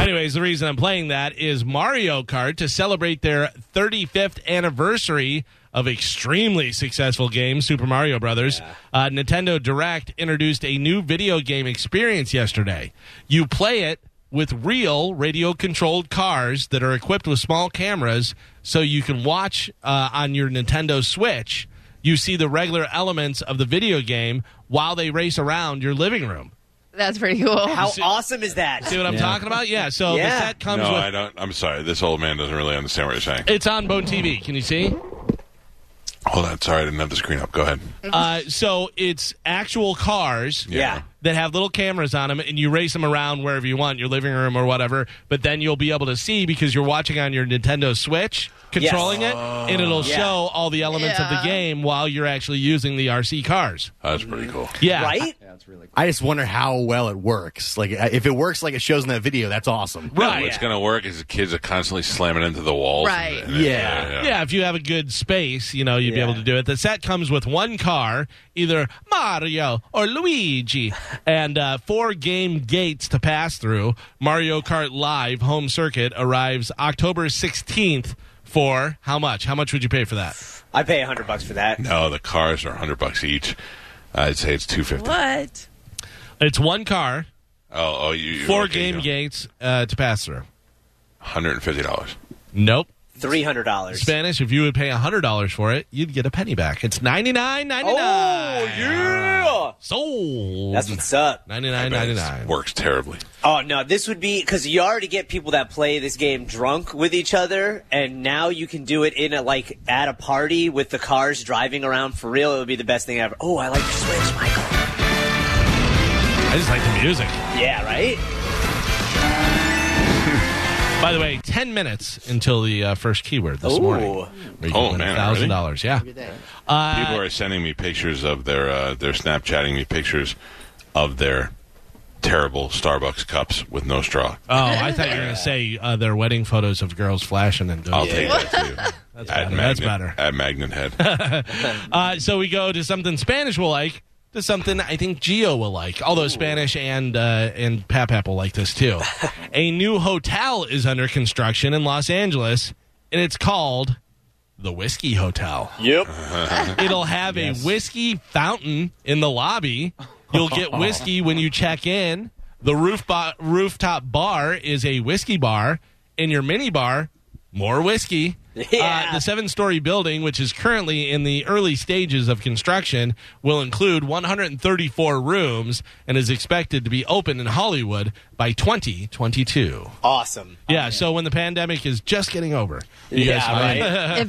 Speaker 3: Anyways, the reason I'm playing that is Mario Kart to celebrate their 35th anniversary of extremely successful game Super Mario Brothers. Uh, Nintendo Direct introduced a new video game experience yesterday. You play it with real radio controlled cars that are equipped with small cameras so you can watch uh, on your Nintendo Switch. You see the regular elements of the video game while they race around your living room.
Speaker 5: That's pretty cool.
Speaker 4: How awesome is that?
Speaker 3: See what I'm talking about? Yeah. So the
Speaker 4: Yeah.
Speaker 3: set comes
Speaker 2: No,
Speaker 3: with
Speaker 2: I don't. I'm sorry. This old man doesn't really understand what you're saying.
Speaker 3: It's on Bone TV. Can you see?
Speaker 2: Hold on. Sorry, I didn't have the screen up. Go ahead.
Speaker 3: Uh, so it's actual cars
Speaker 4: Yeah.
Speaker 3: that have little cameras on them, and you race them around wherever you want, your living room or whatever. But then you'll be able to see because you're watching on your Nintendo Switch, controlling it, and it'll
Speaker 4: Yeah.
Speaker 3: show all the elements of
Speaker 5: Yeah.
Speaker 3: the game while you're actually using the RC cars.
Speaker 2: That's pretty cool.
Speaker 3: Yeah,
Speaker 4: Right?
Speaker 9: That's really
Speaker 6: I just wonder how well it works. Like uh, if it works like it shows in that video, that's awesome.
Speaker 2: No,
Speaker 3: Oh,
Speaker 2: what's going to work is the kids are constantly slamming into the walls. and-
Speaker 5: Right.
Speaker 2: and-
Speaker 6: Yeah.
Speaker 3: Yeah. if you have a good space, you know, you'd be able to do it. The set comes with one car, either Mario or Luigi, and uh, four game gates to pass through. Mario Kart Live Home Circuit arrives October 16th for how much? How much would you pay for that?
Speaker 4: I pay a hundred bucks for that.
Speaker 2: No, Oh, the cars are hundred bucks each. I'd say it's two fifty.
Speaker 3: [LAUGHS]
Speaker 5: What?
Speaker 3: It's one car,
Speaker 2: Oh, oh, you
Speaker 3: four game gates uh, to pass through.
Speaker 2: Hundred and fifty dollars.
Speaker 3: Nope.
Speaker 4: Three hundred dollars.
Speaker 3: Spanish, if you would pay $100 for it, you'd get a penny back. It's ninety nine ninety
Speaker 4: Oh
Speaker 3: nine.
Speaker 4: yeah,
Speaker 3: Sold.
Speaker 4: that's what's up.
Speaker 3: ninety nine ninety nine.
Speaker 2: Works terribly.
Speaker 4: Oh no, this would be because you already get people that play this game drunk with each other, and now you can do it in a like at a party with the cars driving around for real. It would be the best thing ever. Oh, I like your switch, Michael.
Speaker 3: I just like the music.
Speaker 4: Yeah, right.
Speaker 3: By the way, ten minutes until the uh, first keyword this
Speaker 4: Ooh.
Speaker 3: morning.
Speaker 2: Oh, man,
Speaker 3: thousand dollars. Yeah, Uh,
Speaker 2: People are sending me pictures of their. Uh, they're Snapchatting me pictures of their terrible Starbucks cups with no straw.
Speaker 3: Oh, I thought you were going to say uh, their wedding photos of girls flashing and doing.
Speaker 2: I'll take that too. That's
Speaker 3: better. [LAUGHS] That's better.
Speaker 2: At Magnet
Speaker 3: [LAUGHS]
Speaker 2: Head.
Speaker 3: Uh, so we go to something Spanish will like to something I think Geo will like. Although Spanish and uh, and Papap will like this too. A new hotel is under construction in Los Angeles, and it's called the Whiskey Hotel.
Speaker 4: Yep.
Speaker 3: [LAUGHS] It'll have a whiskey fountain in the lobby. You'll get whiskey when you check in. The roof bo- rooftop bar is a whiskey bar. In your mini bar, more whiskey.
Speaker 4: [LAUGHS] Yeah.
Speaker 3: Uh, the seven story building, which is currently in the early stages of construction, will include 134 rooms and is expected to be open in Hollywood by 2022.
Speaker 4: Oh, Awesome.
Speaker 3: yeah, so when the pandemic is just getting over. You guys
Speaker 4: Yeah,
Speaker 3: can-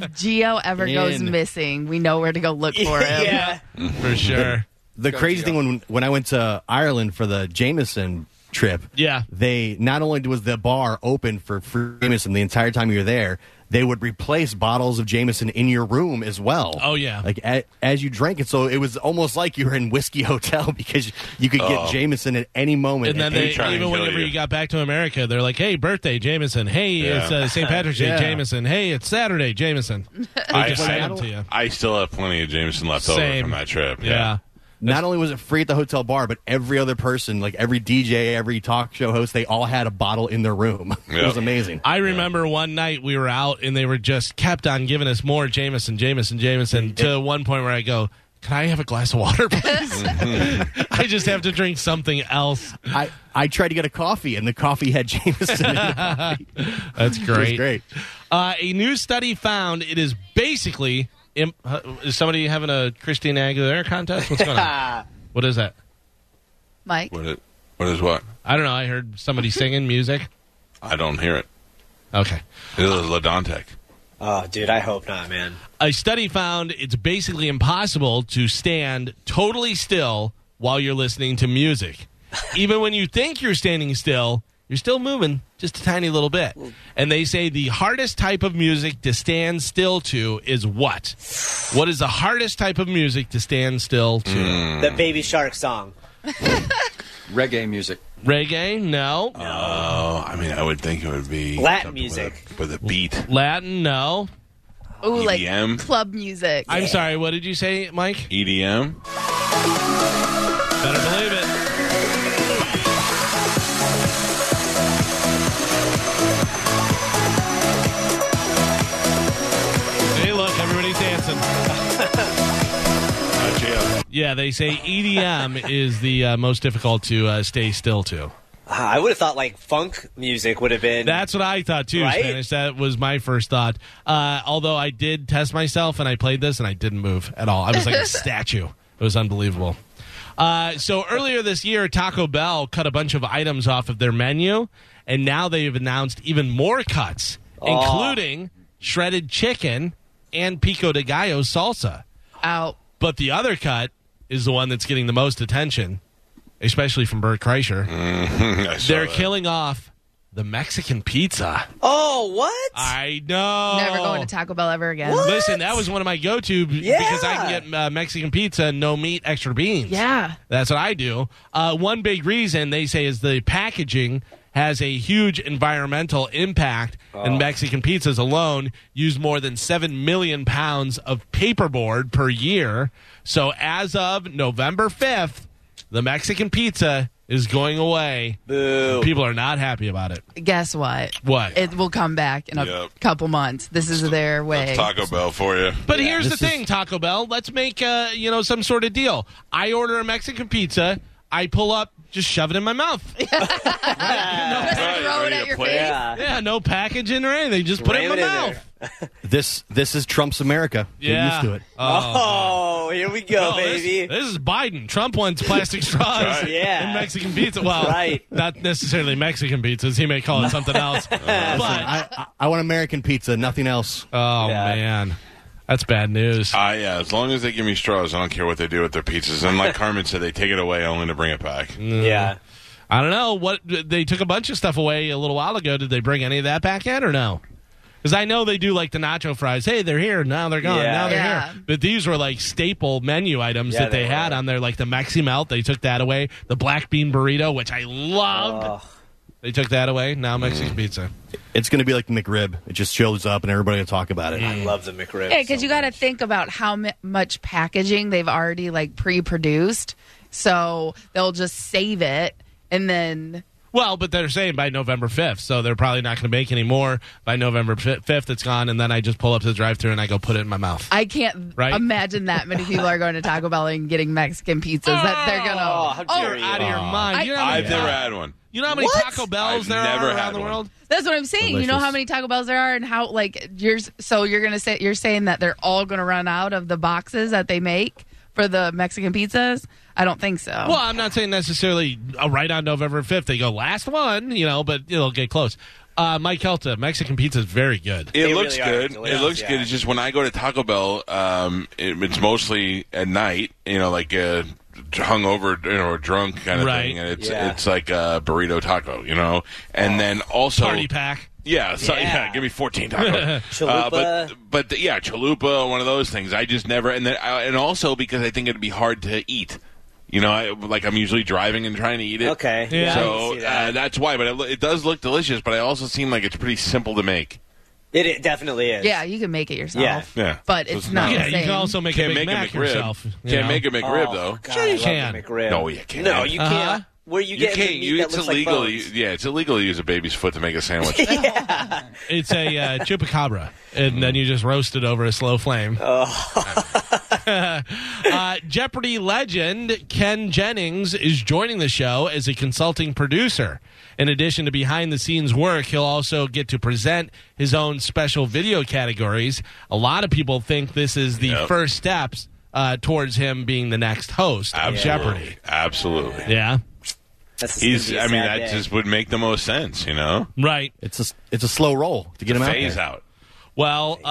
Speaker 4: right.
Speaker 5: If Geo ever goes missing, we know where to go look
Speaker 4: [LAUGHS]
Speaker 5: for him.
Speaker 4: yeah.
Speaker 3: [LAUGHS] For sure.
Speaker 6: um, The crazy thing when when I went to Ireland for the Jameson trip,
Speaker 3: Yeah.
Speaker 6: they not only was the bar open for free Jameson the entire time you were there, they would replace bottles of Jameson in your room as well.
Speaker 3: Oh, yeah.
Speaker 6: like a, as you drank it, so it was almost like you were in whiskey [LAUGHS] hotel because you could get Jameson at any moment.
Speaker 3: Oh. And then
Speaker 6: at
Speaker 3: they,
Speaker 6: any time.
Speaker 2: trying to
Speaker 3: even
Speaker 2: kill
Speaker 3: whenever you.
Speaker 2: you.
Speaker 3: got back to America, they're like, "Hey, birthday, Jameson. Hey,
Speaker 2: Yeah.
Speaker 3: it's uh, St. Patrick's [LAUGHS]
Speaker 6: Yeah.
Speaker 3: Day, Jameson. Hey, it's Saturday, Jameson." I just
Speaker 2: I-
Speaker 3: send them to you.
Speaker 2: I still have plenty of Jameson left over
Speaker 3: Same.
Speaker 2: from that trip.
Speaker 3: Yeah.
Speaker 6: not only was it free at the hotel bar, but every other person, like every DJ, every talk show host, they all had a bottle in their room. [LAUGHS] it
Speaker 2: Yeah.
Speaker 6: was amazing.
Speaker 3: I remember one night we were out and they were just kept on giving us more Jameson, Jameson, Jameson to one point where I go, "Can I have a glass of water, please? [LAUGHS] I just have to drink something else."
Speaker 6: I, I tried to get a coffee, and the coffee had [LAUGHS] Jameson. in it.
Speaker 3: That's
Speaker 6: It
Speaker 3: great.
Speaker 6: was great.
Speaker 3: Uh, a new study found it is basically imp- uh, is somebody having a Christine Aguilera contest? What's going on? what is that?
Speaker 5: Mike,
Speaker 2: What is, what is what?
Speaker 3: I don't know. I heard somebody singing music.
Speaker 2: I don't hear it.
Speaker 3: Okay.
Speaker 2: It was Ladontek.
Speaker 4: Oh, dude, I hope not, man.
Speaker 3: A study found it's basically impossible to stand totally still while you're listening to music. Even when you think you're standing still, you're still moving just a tiny little bit. And they say the hardest type of music to stand still to is what? What is the hardest type of music to stand still to?
Speaker 4: The Baby Shark song.
Speaker 9: reggae music.
Speaker 3: Reggae? No.
Speaker 2: Oh, I mean, I would think it would be
Speaker 4: Latin
Speaker 2: something with a-
Speaker 4: music.
Speaker 2: with a beat.
Speaker 3: Latin? No.
Speaker 5: ooh, like
Speaker 2: EDM?
Speaker 5: club music.
Speaker 3: I'm sorry, what did you say, Mike?
Speaker 2: E EDM.
Speaker 3: Better believe it. Hey, look, everybody's dancing.
Speaker 2: Uh, Jeff,
Speaker 3: Yeah, they say EDM is the uh, most difficult to uh, stay still to.
Speaker 4: Ah, I would have thought like funk music would have been.
Speaker 3: That's what I thought too,
Speaker 4: Right?
Speaker 3: Spanish. That was my first thought. Uh, although I did test myself and I played this and I didn't move at all. I was like a statue. It was unbelievable. Uh, so earlier this year, Taco Bell cut a bunch of items off of their menu, and now they've announced even more cuts, including shredded chicken and pico de gallo salsa.
Speaker 5: Out.
Speaker 3: But the other cut is the one that's getting the most attention, especially from Bert Kreischer.
Speaker 2: Mm-hmm. [LAUGHS] I saw
Speaker 3: They're
Speaker 2: that.
Speaker 3: killing off The Mexican pizza.
Speaker 4: Oh, what?
Speaker 3: I know.
Speaker 5: Never going to Taco Bell ever again.
Speaker 3: Listen, that was one of my go-to b-
Speaker 4: Yeah.
Speaker 3: because I can get uh, Mexican pizza, no meat, extra beans.
Speaker 5: Yeah.
Speaker 3: That's what I do. Uh, one big reason they say is the packaging has a huge environmental impact,
Speaker 6: Oh.
Speaker 3: and Mexican pizzas alone use more than 7 million pounds of paperboard per year. So as of November 5th, the Mexican pizza is going away.
Speaker 4: Boo.
Speaker 3: People are not happy about it.
Speaker 5: Guess what?
Speaker 3: What?
Speaker 5: It will come back in a
Speaker 2: Yep.
Speaker 5: couple months. This is their way.
Speaker 2: That's Taco Bell for you.
Speaker 3: But here's the
Speaker 6: this is-
Speaker 3: thing, Taco Bell. Let's make uh, you know some sort of deal. I order a Mexican pizza. I pull up, just shove it in my mouth.
Speaker 2: Right,
Speaker 5: Throw it
Speaker 2: ready
Speaker 5: at
Speaker 2: to
Speaker 5: your
Speaker 2: play?
Speaker 5: face.
Speaker 4: Yeah.
Speaker 3: yeah, no packaging or anything. Just put it in my
Speaker 4: Ram it in
Speaker 3: mouth.
Speaker 4: there.
Speaker 6: This this is Trump's America.
Speaker 3: Yeah.
Speaker 6: Get used to it.
Speaker 4: Oh, here we go,
Speaker 3: Oh, this-
Speaker 4: baby.
Speaker 3: This, is Biden. Trump wants
Speaker 4: [LAUGHS]
Speaker 3: plastic straws
Speaker 4: Right. Yeah.
Speaker 3: in Mexican pizza. Well,
Speaker 4: Right.
Speaker 3: not necessarily Mexican pizzas. He may call it something
Speaker 4: [LAUGHS]
Speaker 3: else. but
Speaker 6: I, I, I want American pizza, nothing else.
Speaker 3: oh
Speaker 4: Yeah.
Speaker 3: man, that's bad news.
Speaker 2: Ah, yeah. As long as they give me straws, I don't care what they do with their pizzas. And like Carmen said, they take it away only to bring it back.
Speaker 3: Mm.
Speaker 4: yeah.
Speaker 3: I don't know what they took a bunch of stuff away a little while ago. Did they bring any of that back in or no? Because I know they do like the nacho fries. Hey, they're here now. They're gone.
Speaker 4: Yeah.
Speaker 3: Now they're
Speaker 5: Yeah.
Speaker 3: here. But these were like staple menu items
Speaker 4: Yeah,
Speaker 3: that they,
Speaker 4: they
Speaker 3: had
Speaker 4: were.
Speaker 3: on there, like the Maxi Melt. They took that away. The black bean burrito, which I loved.
Speaker 4: Oh.
Speaker 3: They took that away. Now Mexican pizza.
Speaker 6: It's going to be like McRib. It just shows up and everybody will talk about it.
Speaker 4: I love the McRib.
Speaker 5: Yeah, because you got to think about how m- much packaging they've already like pre-produced, so they'll just save it and then
Speaker 3: Well, but they're saying by November 5th, so they're probably not going to make any more by November fi- 5th. It's gone, and then I just pull up to the drive thru and I go put it in my mouth.
Speaker 5: I can't
Speaker 3: Right.
Speaker 5: imagine that many people are going to Taco Bell and getting Mexican pizzas that
Speaker 4: [LAUGHS]
Speaker 5: they're
Speaker 4: Oh,
Speaker 5: gonna.
Speaker 4: how
Speaker 5: Oh,
Speaker 4: dare you.
Speaker 3: out of your mind.
Speaker 5: I-
Speaker 3: you know how many
Speaker 2: I've never had one.
Speaker 3: You know how many
Speaker 5: What?
Speaker 3: Taco Bells
Speaker 2: I've
Speaker 3: there
Speaker 2: never
Speaker 3: are around
Speaker 2: had
Speaker 3: the
Speaker 2: one.
Speaker 3: world?
Speaker 5: That's what I'm saying. You know
Speaker 6: Delicious.
Speaker 5: how many Taco Bells there are and how like yours. So you're gonna say you're saying that they're all gonna run out of the boxes that they make for the Mexican pizzas. I don't think so.
Speaker 3: Well, I'm not saying necessarily uh, right on November 5th. They go last one, you know, but it'll get close. Uh, Mike Helta, Mexican pizza is very good.
Speaker 2: It
Speaker 4: They
Speaker 2: looks
Speaker 4: really are
Speaker 2: good.
Speaker 4: delicious,
Speaker 2: It looks
Speaker 4: yeah.
Speaker 2: good. It's just when I go to Taco Bell, um, it, it's mostly at night. You know, like uh, hungover you know, or drunk kind of
Speaker 3: Right.
Speaker 2: thing, and it's
Speaker 4: Yeah.
Speaker 2: it's like a burrito taco. You know, and then also
Speaker 3: Party pack.
Speaker 2: Yeah, so, yeah.
Speaker 4: Yeah.
Speaker 2: give me fourteen tacos.
Speaker 3: [LAUGHS]
Speaker 2: Uh,
Speaker 4: Chalupa.
Speaker 2: but but yeah, chalupa, one of those things. I just never and then I, and also because I think it'd be hard to eat. You know, I, like I'm usually driving and trying to eat it.
Speaker 4: Okay.
Speaker 3: Yeah.
Speaker 4: I can
Speaker 2: So
Speaker 4: see that.
Speaker 2: uh, that's why, but it, lo- it does look delicious. But I also seem like it's pretty simple to make.
Speaker 4: it, it definitely is.
Speaker 5: yeah, you can make it yourself.
Speaker 4: Yeah.
Speaker 2: Yeah,
Speaker 5: But
Speaker 2: So
Speaker 5: it's not
Speaker 3: Yeah,
Speaker 5: the
Speaker 3: you
Speaker 5: same.
Speaker 3: can also
Speaker 2: Oh,
Speaker 3: make
Speaker 2: Can't
Speaker 3: a Big
Speaker 2: make
Speaker 3: Mac
Speaker 2: a McRib.
Speaker 3: yourself. you
Speaker 2: Can't
Speaker 3: know.
Speaker 2: make a McRib
Speaker 4: Oh,
Speaker 2: though.
Speaker 4: God,
Speaker 3: Sure you
Speaker 4: I love
Speaker 3: can.
Speaker 4: the McRib.
Speaker 2: No, you can't.
Speaker 4: No, you
Speaker 3: Uh-huh.
Speaker 4: can't. Where you,
Speaker 2: You
Speaker 4: get
Speaker 2: can't.
Speaker 4: the meat
Speaker 2: You,
Speaker 4: that
Speaker 2: it's
Speaker 4: looks
Speaker 2: illegal.
Speaker 4: like
Speaker 2: you-
Speaker 4: bones.
Speaker 2: yeah, it's illegal to use a baby's foot to make
Speaker 4: [LAUGHS]
Speaker 2: a sandwich.
Speaker 3: It's a uh, chupacabra, and then you just roast it over a slow flame. Oh. uh, Jeopardy legend Ken Jennings is joining the show as a consulting producer. In addition to behind the scenes work, he'll also get to present his own special video categories. A lot of people think this is the
Speaker 2: Yep.
Speaker 3: first steps uh, towards him being the next host of
Speaker 2: Absolutely,
Speaker 3: Jeopardy.
Speaker 2: absolutely.
Speaker 3: Yeah,
Speaker 4: That's just
Speaker 2: He's.
Speaker 4: gonna be a
Speaker 2: I mean,
Speaker 4: sad
Speaker 2: that
Speaker 4: day.
Speaker 2: just would make the most sense. You know,
Speaker 3: right.
Speaker 6: It's a, it's a slow roll to get them out.
Speaker 2: phase
Speaker 6: there.
Speaker 2: out.
Speaker 3: Well, uh,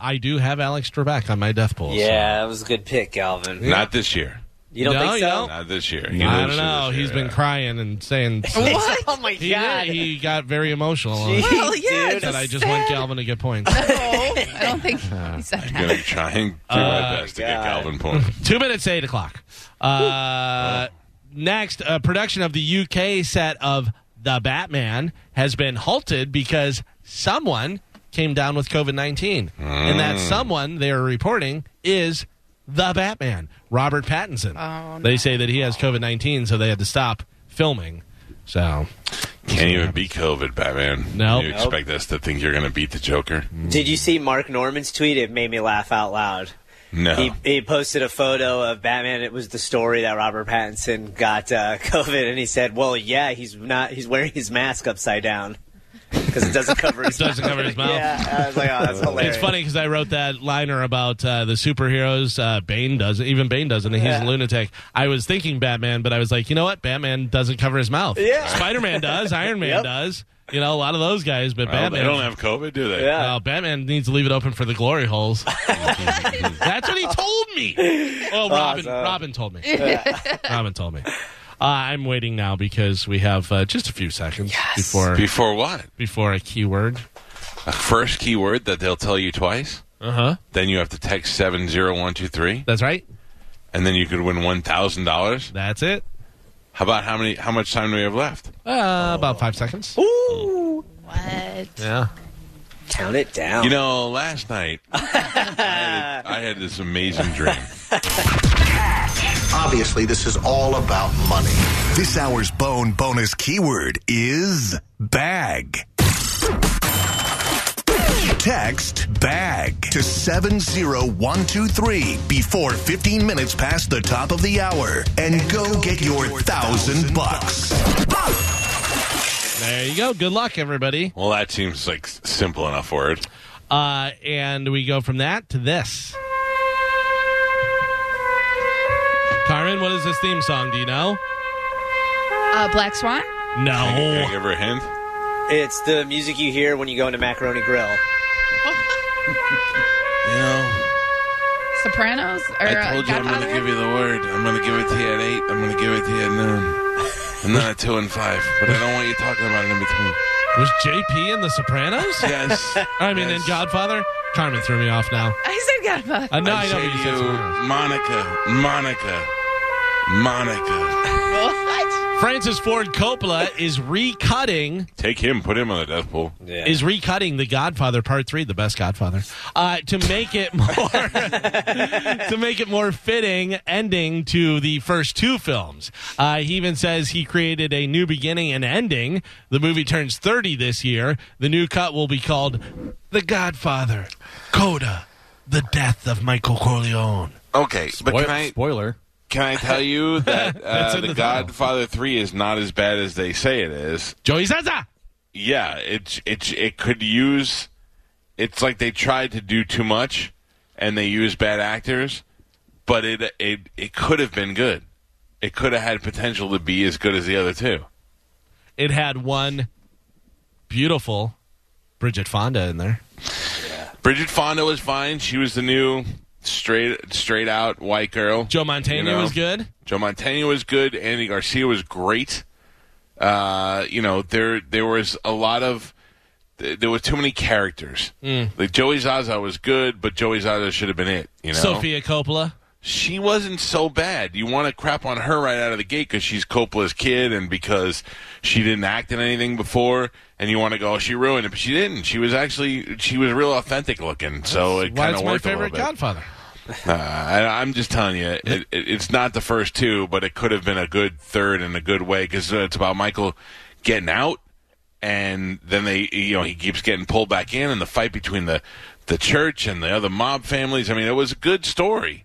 Speaker 3: I do have Alex Trebek on my death poll. so-
Speaker 4: Yeah, that was a good pick, Galvin.
Speaker 2: Not this year.
Speaker 4: you don't
Speaker 3: No,
Speaker 4: think
Speaker 3: you
Speaker 4: so?
Speaker 3: don't.
Speaker 2: Not this year.
Speaker 3: I don't know. He's
Speaker 2: He's
Speaker 3: been crying and
Speaker 5: [LAUGHS]
Speaker 3: saying
Speaker 5: What?
Speaker 4: Oh my
Speaker 3: he,
Speaker 4: god.
Speaker 3: did. he got very emotional. on
Speaker 4: Jeez,
Speaker 5: Well, yeah,
Speaker 4: dude.
Speaker 3: that I just want Galvin to get points.
Speaker 5: [LAUGHS]
Speaker 3: [LAUGHS]
Speaker 5: I
Speaker 4: [LAUGHS]
Speaker 5: don't think he said
Speaker 2: I'm
Speaker 5: that.
Speaker 2: gonna try and do
Speaker 3: Uh,
Speaker 2: my best to get
Speaker 4: God.
Speaker 2: Calvin points.
Speaker 3: Two minutes, eight o'clock. Uh, next, a production of the UK set of The Batman has been halted because someone came down with COVID 19. And that someone they are reporting is The Batman, Robert Pattinson.
Speaker 5: Oh, no.
Speaker 3: They say that he has COVID 19, so they had to stop filming.
Speaker 5: [LAUGHS]
Speaker 3: So,
Speaker 2: Can't even
Speaker 3: [LAUGHS]
Speaker 2: beat COVID, Batman.
Speaker 3: Nope.
Speaker 2: You expect us to think you're gonna beat the Joker?
Speaker 4: Did you see Mark Norman's tweet? It made me laugh out loud.
Speaker 2: No.
Speaker 4: He, he posted a photo of Batman. It was the story that Robert Pattinson got uh, [LAUGHS] COVID, and he said, "Well, yeah, he's not. He's wearing his mask upside down because it doesn't cover
Speaker 3: [LAUGHS]
Speaker 4: his
Speaker 3: doesn't
Speaker 4: mouth.
Speaker 3: cover his mouth.
Speaker 4: Yeah, I was like, oh, that's hilarious.
Speaker 3: It's funny because I wrote that liner about uh, the superheroes. Uh, Bane does it. Even Bane doesn't. and He's a lunatic. I was thinking Batman, but I was like, you know what? Batman doesn't cover his mouth.
Speaker 4: Yeah.
Speaker 3: Spider
Speaker 4: [LAUGHS]
Speaker 3: Man does. Iron Man
Speaker 4: Yep.
Speaker 3: does. You know, a lot of those guys, but
Speaker 2: Well,
Speaker 3: Batman.
Speaker 2: they don't have COVID, do they?
Speaker 4: Yeah.
Speaker 3: Well, Batman needs to leave it open for the
Speaker 4: [LAUGHS]
Speaker 3: glory holes. That's what he told me. Well, Robin,
Speaker 4: Awesome.
Speaker 3: [LAUGHS] Robin told me. Robin told me. Uh, I'm waiting now because we have uh, just a few seconds before
Speaker 2: Before what?
Speaker 3: before a keyword.
Speaker 2: A first keyword that they'll tell you twice.
Speaker 3: Uh huh.
Speaker 2: Then you have to text seven zero one two three,
Speaker 3: That's right.
Speaker 2: and then you could win one thousand dollars.
Speaker 3: That's it.
Speaker 2: How about how many? How much time do we have left?
Speaker 3: Uh, About five seconds.
Speaker 5: What?
Speaker 3: Yeah.
Speaker 4: Count it down.
Speaker 3: Oh.
Speaker 2: You know, last
Speaker 3: [LAUGHS]
Speaker 2: night I, had, I had this amazing dream.
Speaker 11: Obviously, this is all about money.
Speaker 7: This hour's bone bonus keyword is bag. Text bag to 70123 before 15 minutes past the top of the hour and, go, get, your, thousand bucks.
Speaker 3: There you go. Good luck, everybody.
Speaker 2: Well, that seems like s- simple enough word.
Speaker 3: Uh, and we go from that to this. Carmen, what is this theme song? Do you know?
Speaker 5: Uh, Black Swan?
Speaker 2: Can
Speaker 3: No.
Speaker 2: I give her a hint?
Speaker 4: It's the music you hear when you go into Macaroni Grill.
Speaker 2: You know,
Speaker 5: Sopranos? Or uh,
Speaker 2: I told you I'm going to
Speaker 5: Godfather?
Speaker 2: give you the word. I'm going to give it to you at 8. I'm going to give it to you at noon. And then at 2 and 5. But I don't want you talking about it in between.
Speaker 3: [LAUGHS] Was JP in The Sopranos?
Speaker 2: Yes.
Speaker 3: [LAUGHS] I mean, in Godfather? Carmen threw me off now.
Speaker 5: [LAUGHS] I said Godfather.
Speaker 2: [LAUGHS]
Speaker 3: Uh, no, I,
Speaker 2: I
Speaker 3: know
Speaker 2: say
Speaker 3: what
Speaker 2: to
Speaker 3: you
Speaker 2: you,
Speaker 3: said. Sopranos.
Speaker 2: Monica, Monica, Monica.
Speaker 5: what?
Speaker 3: Francis Ford Coppola is recutting
Speaker 2: Take him, put him on the death pool.
Speaker 4: Yeah.
Speaker 3: is recutting The Godfather Part Three, the best Godfather, uh, to make it [LAUGHS] more to make it more fitting ending to the first two films. Uh, he even says he created a new beginning and ending. The movie turns thirty this year. The new cut will be called The Godfather: Coda, the Death of Michael Corleone.
Speaker 2: Okay, but
Speaker 6: Spoil-
Speaker 2: can I,
Speaker 6: spoiler.
Speaker 2: can I tell you that
Speaker 3: [LAUGHS] That's
Speaker 2: uh,
Speaker 3: in
Speaker 2: The
Speaker 3: the title.
Speaker 2: Godfather 3 is not as bad as they say it is?
Speaker 3: Joey Zaza.
Speaker 2: yeah, it it it could use. It's like they tried to do too much, and they used bad actors. But it it it could have been good. It could have had potential to be as good as the other two.
Speaker 3: It had one beautiful Bridget Fonda in there.
Speaker 2: Bridget Fonda was fine. She was the new straight straight out white girl.
Speaker 3: Joe Montana
Speaker 2: You know?
Speaker 3: was good.
Speaker 2: Joe Montana was good. Andy Garcia was great. Uh, you know, there there was a lot of th- there were too many characters.
Speaker 3: Mm.
Speaker 2: Like Joey Zaza was good, but Joey Zaza should have been it. You know,
Speaker 3: Sophia Coppola.
Speaker 2: she wasn't so bad. You want to crap on her right out of the gate because she's Coppola's kid and because she didn't act in anything before, and you want to go, oh, she ruined it, but she didn't. She was actually she was real authentic looking, so it kind
Speaker 3: Why it's
Speaker 2: of
Speaker 3: my
Speaker 2: worked a little
Speaker 3: favorite
Speaker 2: bit.
Speaker 3: Godfather.
Speaker 2: Uh, I, I'm just telling you, it, it, it's not the first two, but it could have been a good third in a good way because it's about Michael getting out, and then they, you know, he keeps getting pulled back in, and the fight between the the church and the other mob families. I mean, it was a good story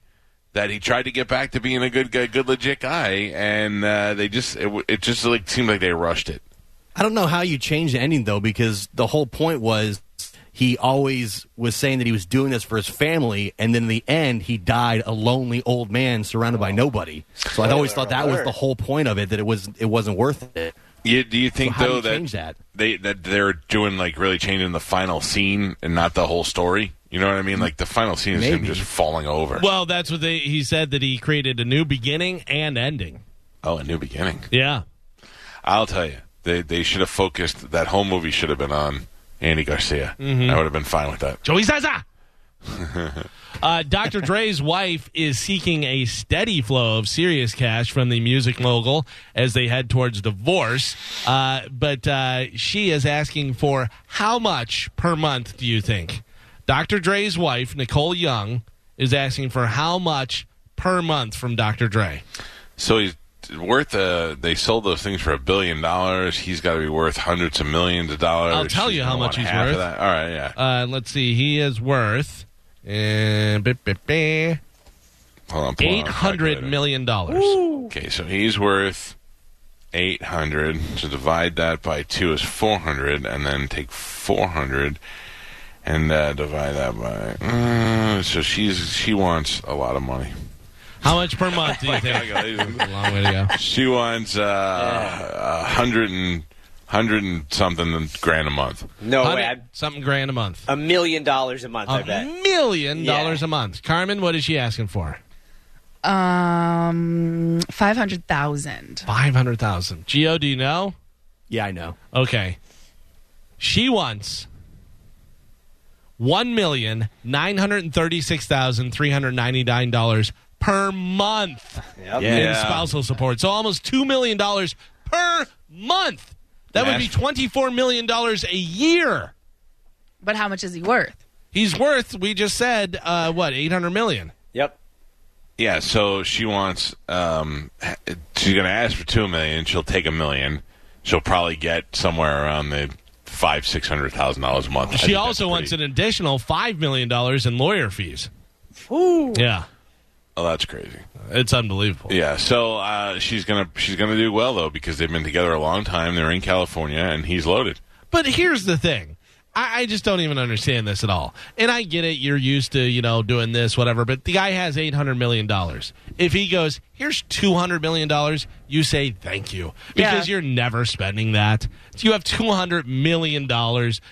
Speaker 2: that he tried to get back to being a good guy, good legit guy, and uh, they just it, w- it just like seemed like they rushed it.
Speaker 6: I don't know how you change the ending though, because the whole point was he always was saying that he was doing this for his family, and then in the end, he died a lonely old man surrounded by nobody. So I always thought that was the whole point of it that it was it wasn't worth it.
Speaker 2: You, do you think
Speaker 6: how do
Speaker 2: though
Speaker 6: you
Speaker 2: that,
Speaker 6: change that?
Speaker 2: they that they're doing like really changing the final scene and not the whole story? You know what I mean? Like the final scene is him
Speaker 6: Maybe.
Speaker 2: just falling over.
Speaker 3: Well, that's what they, he said that he created a new beginning and ending.
Speaker 2: Oh, a new beginning.
Speaker 3: Yeah.
Speaker 2: I'll tell you, they they should have focused. That whole movie should have been on Andy Garcia.
Speaker 3: Mm-hmm.
Speaker 2: I would have been fine with that. [LAUGHS]
Speaker 3: Joey Zaza. uh, Dr. Dre's wife is seeking a steady flow of serious cash from the music mogul as they head towards divorce. Uh, but uh, she is asking for how much per month do you think? Dr. Dre's wife, Nicole Young, is asking for how much per month from Dr. Dre?
Speaker 2: So he's worth a. They sold those things for a billion dollars. He's got to be worth hundreds of millions of dollars.
Speaker 3: I'll tell
Speaker 2: She's
Speaker 3: you how
Speaker 2: gonna
Speaker 3: much
Speaker 2: want
Speaker 3: he's
Speaker 2: half of
Speaker 3: worth.
Speaker 2: that. All right, yeah.
Speaker 3: Uh, let's see. He is worth uh, eight
Speaker 2: Hold on, pull out my
Speaker 3: hundred
Speaker 2: calculator.
Speaker 3: million dollars.
Speaker 2: Okay, so he's worth eight hundred. So divide that by two is four hundred, and then take four hundred and uh, divide that by. Mm, so she's she wants a lot of money.
Speaker 3: How much per month do
Speaker 4: [LAUGHS] Oh
Speaker 3: you think? A long way to go.
Speaker 2: She wants uh, a hundred and hundred and something grand a month.
Speaker 4: No way.
Speaker 3: Hundred-
Speaker 4: I-
Speaker 3: something grand a month.
Speaker 4: A million dollars a month, I
Speaker 3: A
Speaker 4: bet.
Speaker 3: million
Speaker 4: Yeah.
Speaker 3: dollars a month. Carmen, what is she asking for?
Speaker 5: Um, five hundred thousand.
Speaker 3: Five hundred thousand. Geo, do you know?
Speaker 6: Yeah, I know.
Speaker 3: Okay. She wants one million nine hundred thirty-six thousand three hundred ninety-nine dollars per month in
Speaker 2: Yeah.
Speaker 3: spousal support. So almost two million dollars per month. That would be
Speaker 2: Yes.
Speaker 3: twenty-four million dollars a year.
Speaker 5: But how much is he worth?
Speaker 3: He's worth. We just said uh, what eight hundred million.
Speaker 4: Yep.
Speaker 2: Yeah, so she wants. Um, ha- she's going to ask for two million. She'll take a million. She'll probably get somewhere around the five six hundred thousand dollars a month. I think
Speaker 3: She
Speaker 2: that's
Speaker 3: also wants an
Speaker 2: pretty-
Speaker 3: additional five million dollars in lawyer fees.
Speaker 5: Ooh.
Speaker 3: Yeah,
Speaker 2: Oh, that's crazy.
Speaker 3: it's unbelievable.
Speaker 2: Yeah, so uh, she's gonna she's gonna do well though because they've been together a long time. They're in California and he's loaded.
Speaker 3: But here's the thing. I, I just don't even understand this at all. And I get it. You're used to, you know, doing this, whatever. But the guy has $800 million. If he goes, here's $200 million, you say thank you because
Speaker 5: Yeah.
Speaker 3: you're never spending that. You have $200 million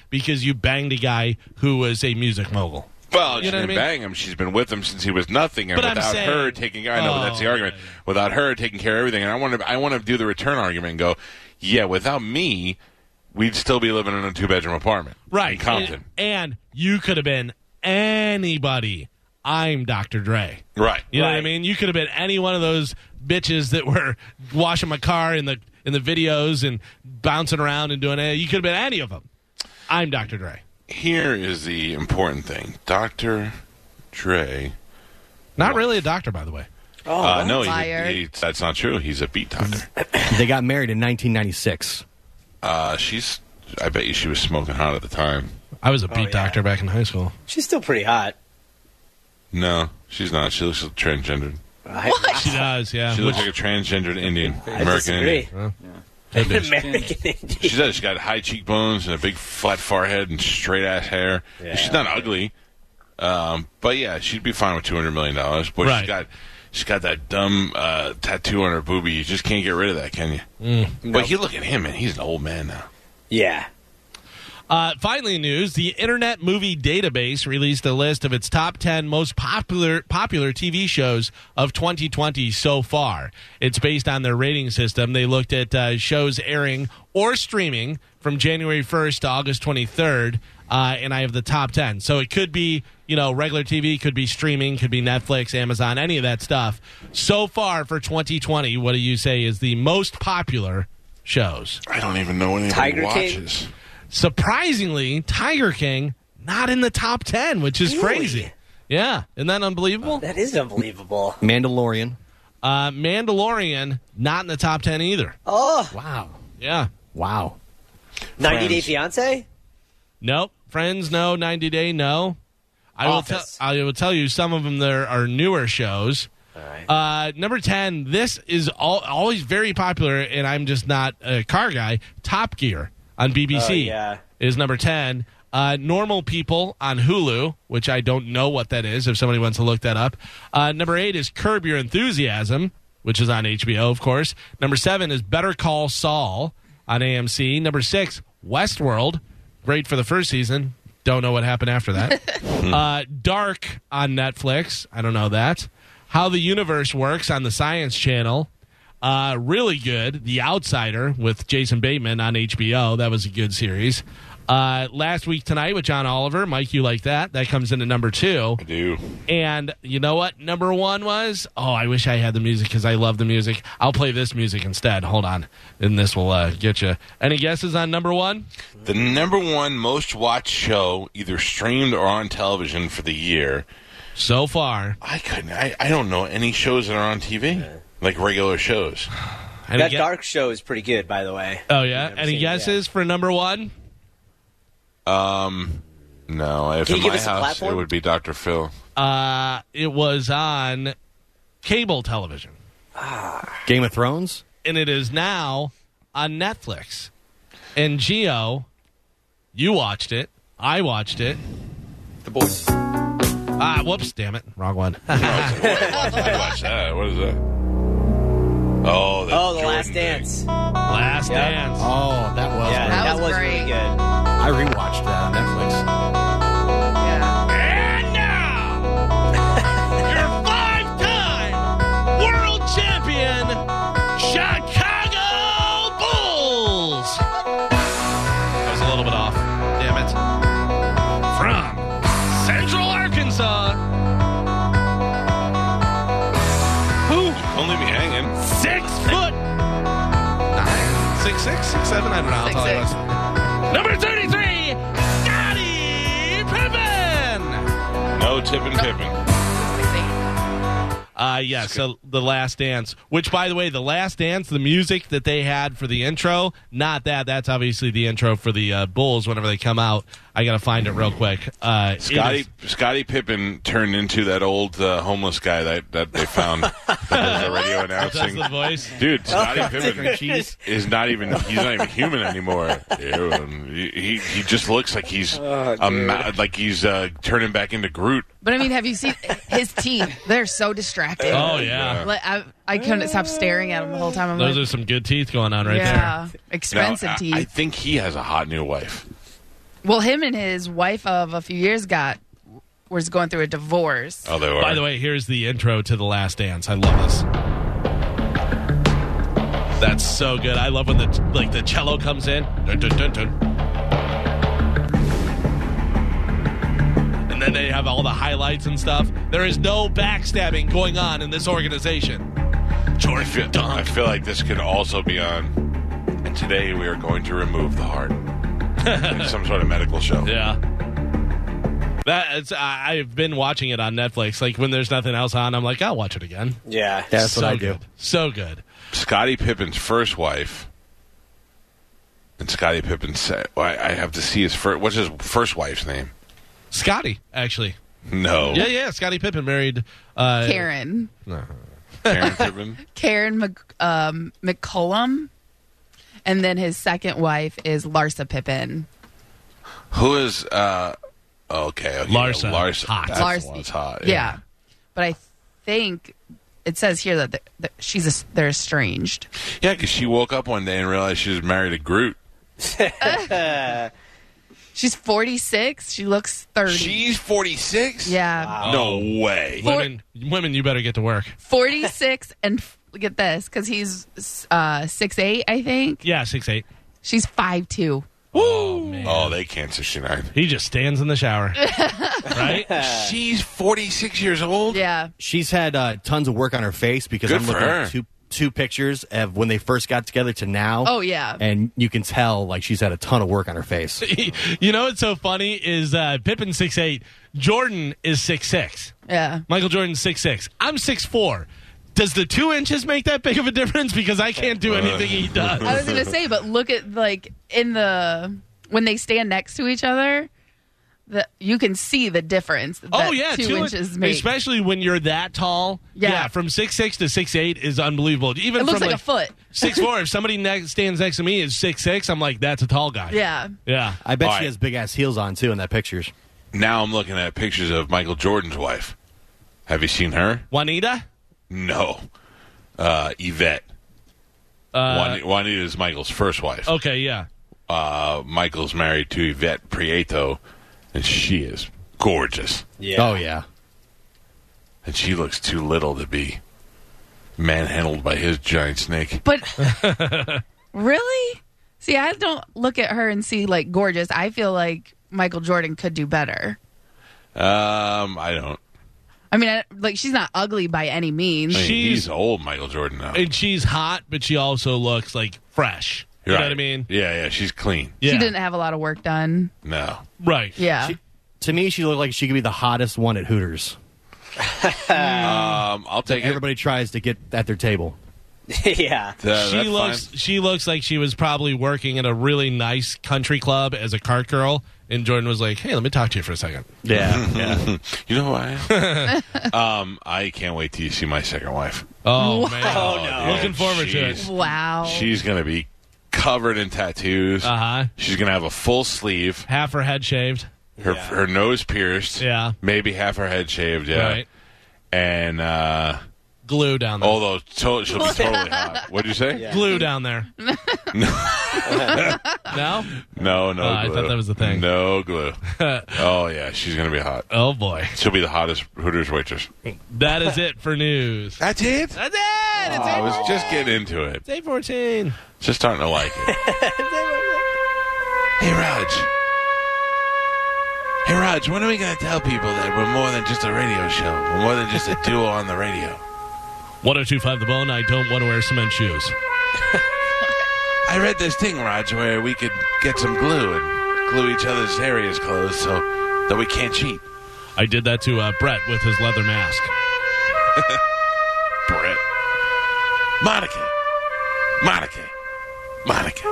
Speaker 3: because you banged a guy who was a music mogul.
Speaker 2: Well,
Speaker 3: You
Speaker 2: she
Speaker 3: know what I
Speaker 2: didn't
Speaker 3: mean?
Speaker 2: bang him. She's been with him since he was nothing, and
Speaker 3: But I'm
Speaker 2: without
Speaker 3: saying-
Speaker 2: her taking, I know, but that's the
Speaker 3: Oh,
Speaker 2: argument. Without her taking care of everything, and I want to, I want to do the return argument and go, yeah, without me, we'd still be living in a two bedroom apartment,
Speaker 3: Right.
Speaker 2: in Compton,
Speaker 3: And, and you could have been anybody. I'm Dr. Dre.
Speaker 2: right?
Speaker 3: You know what I mean? You could have been any one of those bitches that were [LAUGHS] washing my car in the in the videos and bouncing around and doing it. You could have been any of them. I'm Dr. Dre.
Speaker 2: Here is the important thing, Doctor Dre.
Speaker 3: Not really a doctor, by the way.
Speaker 4: Oh,
Speaker 2: uh, no, he's
Speaker 5: liar.
Speaker 2: a, he, that's not true. He's a beat doctor.
Speaker 6: They got married in 1996.
Speaker 2: Uh, she's, I bet you, she was smoking hot at the time.
Speaker 3: I was a beat
Speaker 4: yeah.
Speaker 3: doctor back in high school.
Speaker 4: she's still pretty hot.
Speaker 2: No, she's not. She looks transgendered.
Speaker 4: I,
Speaker 3: She does, yeah.
Speaker 2: She
Speaker 3: Which-
Speaker 2: looks like a transgendered Indian,
Speaker 4: I
Speaker 2: American Indian.
Speaker 4: disagree. [LAUGHS] American Indian.
Speaker 2: She does. [LAUGHS] She's got high cheekbones and a big flat forehead and straight ass hair. She's not ugly, um, but yeah, she'd be fine with two hundred million dollars. But
Speaker 3: Right.
Speaker 2: she's got she's got that dumb uh, tattoo on her boobie. You just can't get rid of that, can you? But you look at him, and he's an old man now.
Speaker 4: Yeah.
Speaker 3: Uh, finally, in news: the Internet Movie Database released a list of its top ten most popular popular TV shows of 2020 so far. It's based on their rating system. They looked at uh, shows airing or streaming from January 1st to August 23rd, uh, and I have the top ten. So it could be you know regular TV, could be streaming, could be Netflix, Amazon, any of that stuff. So far for 2020, what do you say is the most popular shows?
Speaker 2: I don't even know anyone
Speaker 4: Tiger King?
Speaker 2: watches.
Speaker 3: surprisingly, Tiger King not in the top ten, which is
Speaker 4: Really? Uh,
Speaker 3: crazy. Yeah, isn't that unbelievable?
Speaker 4: That is unbelievable. [LAUGHS]
Speaker 6: Mandalorian.
Speaker 3: Uh, Mandalorian not in the top ten either.
Speaker 4: Oh,
Speaker 6: Wow.
Speaker 3: Yeah,
Speaker 6: Wow.
Speaker 4: 90 Day Fiance?
Speaker 3: nope. Friends, no. Ninety Day, no. I will tell.
Speaker 4: Office.
Speaker 3: I will tell you some of them. There are newer shows. Uh, number ten. This is all, always very popular, and I'm just not a car guy. Top Gear on BBC
Speaker 4: Oh, yeah.
Speaker 3: is number ten. Uh, Normal People on Hulu, which I don't know what that is. If somebody wants to look that up, uh, number eight is Curb Your Enthusiasm, which is on HBO, of course. Number seven is Better Call Saul on AMC. Number six, Westworld, great for the first season. Don't know what happened after that. uh, Dark on Netflix. I don't know that. How the Universe Works on the Science Channel. Uh, really good. The Outsider with Jason Bateman on HBO. That was a good series. Uh, Last Week Tonight with John Oliver. Mike, you like that? That comes in at number two.
Speaker 2: I do.
Speaker 3: And you know what? Number one was, oh, I wish I had the music because I love the music. I'll play this music instead. Hold on. And this will uh, get you. Any guesses on number one?
Speaker 2: The number one most watched show, either streamed or on television for the year.
Speaker 3: So far,
Speaker 2: I couldn't. I, I don't know any shows that are on TV, like regular shows.
Speaker 3: Any
Speaker 4: That
Speaker 3: gue-
Speaker 4: dark show is pretty good, by the way.
Speaker 3: Oh yeah.
Speaker 4: I've never
Speaker 3: Any
Speaker 4: seen it yet.
Speaker 3: guesses for number one?
Speaker 2: Um, no. If
Speaker 4: Can
Speaker 2: in
Speaker 4: you give
Speaker 2: my
Speaker 4: us a
Speaker 2: house, it
Speaker 4: platform?
Speaker 2: would be Doctor Phil.
Speaker 3: Uh, it was on cable television,
Speaker 6: Game of Thrones.
Speaker 3: and it is now on Netflix. And Geo, you watched it. I watched it.
Speaker 9: The boys.
Speaker 3: Ah, whoops! Damn it, wrong one.
Speaker 2: Watch that. What is that?
Speaker 4: Oh,
Speaker 2: Oh, that's
Speaker 4: The
Speaker 2: Jordan
Speaker 4: Last
Speaker 2: thing.
Speaker 4: Dance.
Speaker 3: Last Dance.
Speaker 6: Oh, that was.
Speaker 4: Yeah,
Speaker 5: That
Speaker 4: that,
Speaker 5: was
Speaker 4: was, really
Speaker 5: great.
Speaker 4: good.
Speaker 6: I rewatched that on Netflix.
Speaker 5: Yeah.
Speaker 3: [LAUGHS] And now, your five-time
Speaker 2: nine.
Speaker 3: Six foot nine. Six six, six seven, I don't know. how tall he was. Number thirty-three, Scotty Pippen.
Speaker 2: No tipping pipping.
Speaker 3: Uh yeah, so the last dance. Which by the way, the last dance, the music that they had for the intro, not that, that's obviously the intro for the uh, Bulls whenever they come out. I gotta find it real quick. Uh it
Speaker 2: Scotty
Speaker 3: is-
Speaker 2: Scotty Pippen turned into that old uh, homeless guy that, that
Speaker 4: [LAUGHS]
Speaker 2: they found that does the radio
Speaker 3: that's
Speaker 2: announcing.
Speaker 3: the voice.
Speaker 2: Dude,
Speaker 4: Oh,
Speaker 2: Scotty
Speaker 6: Mac and
Speaker 2: Pippen
Speaker 6: cheese.
Speaker 2: is not even he's not even human anymore. Ew, um, he he- he just looks like he's
Speaker 4: Oh,
Speaker 2: a ma- like he's uh, turning back into Groot.
Speaker 5: But I mean, have you seen his teeth? They're so distracting.
Speaker 3: Oh yeah.
Speaker 5: Like, I, I couldn't stop staring at him the whole time. I'm
Speaker 3: Those
Speaker 5: like,
Speaker 3: are some good teeth going on right there.
Speaker 5: yeah,
Speaker 2: Now,
Speaker 5: expensive
Speaker 2: I-
Speaker 5: teeth.
Speaker 2: I think he has a hot new wife.
Speaker 5: well, him and his wife of a few years got was going through a divorce.
Speaker 2: Oh, they were.
Speaker 3: By the way, here's the intro to The Last Dance. I love this. That's so good. I love when the like the cello comes in. Dun, dun, dun, dun. And then they have all the highlights and stuff. There is no backstabbing going on in this organization.
Speaker 2: I feel, I feel like this could also be on. And today we are going to remove the
Speaker 3: [LAUGHS]
Speaker 2: heart. Like some sort of medical show.
Speaker 3: Yeah. That it's, I, I've been watching it on Netflix. Like when there's nothing else on, I'm like, I'll watch it again.
Speaker 4: Yeah.
Speaker 6: That's
Speaker 3: so
Speaker 6: what I do.
Speaker 3: good. So good.
Speaker 2: Scottie Pippen's first wife. And Scottie Pippen said, well, I, I have to see his first. What's his first wife's name?
Speaker 3: Scotty, actually.
Speaker 2: No.
Speaker 3: [LAUGHS] Yeah, yeah. Scotty Pippen married uh,
Speaker 5: Karen,
Speaker 2: Karen Pippen.
Speaker 5: Karen Mc, um, McCollum, and then his second wife is Larsa Pippen.
Speaker 2: Who is. uh Okay. okay
Speaker 3: Larsa.
Speaker 2: Yeah, Larsa.
Speaker 3: Hot.
Speaker 2: That's
Speaker 5: Larsa-
Speaker 2: the one that's hot.
Speaker 5: Yeah. but I think it says here that, th that she's a, they're estranged.
Speaker 2: Yeah, because she woke up one day and realized she was married to Groot.
Speaker 5: She's 46. She looks 30.
Speaker 2: She's 46?
Speaker 5: yeah,
Speaker 2: No way.
Speaker 3: Women, women, you better get to work.
Speaker 5: 46 and f- look at this because he's uh six eight, I think.
Speaker 3: Yeah, six eight.
Speaker 5: She's five two.
Speaker 3: Oh man,
Speaker 2: Oh, they can't 69.
Speaker 3: [LAUGHS] he just stands in the [LAUGHS] shower, right?
Speaker 2: She's 46 years old?
Speaker 5: Yeah,
Speaker 6: She's had uh, tons of work on her face because
Speaker 2: Good
Speaker 6: I'm
Speaker 2: for
Speaker 6: looking
Speaker 2: her.
Speaker 6: at two two pictures of when they first got together to now.
Speaker 5: Oh, yeah.
Speaker 6: and you can tell like she's had a ton of work on her face.
Speaker 3: you know what's so funny is uh, Pippen six eight, Jordan is six six.
Speaker 5: yeah.
Speaker 3: Michael Jordan's six six. I'm six four. Does the two inches make that big of a difference? Because I can't do anything he
Speaker 5: Uh, I was
Speaker 3: does.
Speaker 5: gonna say, but look at like in the when they stand next to each other, the you can see the difference. That
Speaker 3: Oh yeah,
Speaker 5: two,
Speaker 3: in-
Speaker 5: inches make.
Speaker 3: especially when you're that tall.
Speaker 5: Yeah.
Speaker 3: from six six to six eight is unbelievable. Even
Speaker 5: it looks
Speaker 3: from
Speaker 5: like, a foot. [LAUGHS]
Speaker 3: six four. If somebody next, stands next to me is six six, I'm like, that's a tall guy.
Speaker 5: Yeah,
Speaker 3: yeah.
Speaker 6: I bet
Speaker 2: All
Speaker 6: she
Speaker 2: right.
Speaker 6: has big ass heels on too in that pictures.
Speaker 2: Now I'm looking at pictures of Michael Jordan's wife. Have you seen her?
Speaker 3: Juanita.
Speaker 2: No. Uh, Yvette.
Speaker 3: Uh,
Speaker 2: Juan- Juanita is Michael's first wife.
Speaker 3: Okay, yeah.
Speaker 2: Uh, Michael's married to Yvette Prieto, and she is gorgeous.
Speaker 4: Yeah.
Speaker 6: Oh yeah,
Speaker 2: And she looks too little to be manhandled by his giant snake.
Speaker 5: but really, see, I don't look at her and see like gorgeous. I feel like Michael Jordan could do better.
Speaker 2: Um, I don't.
Speaker 5: I mean, I, like she's not ugly by any means.
Speaker 2: I mean,
Speaker 3: She's-
Speaker 2: he's old, Michael Jordan. Now.
Speaker 3: And she's hot, but she also looks like fresh. You know
Speaker 2: Right.
Speaker 3: what I mean?
Speaker 2: Yeah, yeah. She's clean.
Speaker 3: Yeah.
Speaker 5: She didn't have a lot of work done.
Speaker 2: No.
Speaker 3: Right.
Speaker 5: Yeah.
Speaker 6: to me she looked like she could be the hottest one at Hooters.
Speaker 2: Um, I'll take it.
Speaker 6: Everybody tries to get at their table.
Speaker 4: [LAUGHS] yeah.
Speaker 2: Uh,
Speaker 3: she
Speaker 2: that's
Speaker 3: looks
Speaker 2: fine.
Speaker 3: she looks like she was probably working at a really nice country club as a cart girl and Jordan was like, "Hey, let me talk to you for a second.
Speaker 6: Yeah,
Speaker 2: [LAUGHS] You know who I am? [LAUGHS] um, I can't wait till you see my second wife.
Speaker 3: Oh man.
Speaker 2: no.
Speaker 3: Looking forward to it.
Speaker 2: Jeez.
Speaker 5: Wow.
Speaker 2: She's going to be covered in tattoos.
Speaker 3: Uh-huh.
Speaker 2: She's going to have a full sleeve,
Speaker 3: Half her head shaved.
Speaker 2: her her nose pierced.
Speaker 3: Yeah.
Speaker 2: Maybe half her head shaved, yeah.
Speaker 3: Right.
Speaker 2: And uh
Speaker 3: Glue down there.
Speaker 2: although to-
Speaker 3: [LAUGHS]
Speaker 2: she'll be totally hot. What'd you say?
Speaker 3: Glue
Speaker 5: [LAUGHS]
Speaker 3: down there. no.
Speaker 2: No, no
Speaker 3: Oh, I
Speaker 2: glue.
Speaker 3: thought that was the thing.
Speaker 2: No
Speaker 3: [LAUGHS]
Speaker 2: glue. oh yeah, she's going to be hot.
Speaker 3: Oh boy.
Speaker 2: She'll be the hottest Hooters waitress.
Speaker 3: That is it for news.
Speaker 2: That's it?
Speaker 3: That's it. It's
Speaker 2: Oh, I was just getting into it.
Speaker 3: day 14.
Speaker 2: Just starting to like it. hey, Raj. Hey, Raj, when are we going to tell people that we're more than just a radio show? We're more than just a duo on the radio.
Speaker 3: 1025 The Bone, I don't want to wear cement shoes.
Speaker 2: I read this thing, Raj, where we could get some glue and glue each other's areas closed so that we can't cheat.
Speaker 3: I did that to uh, Brett with his leather mask.
Speaker 2: Brett. Monica. Monica. Monica.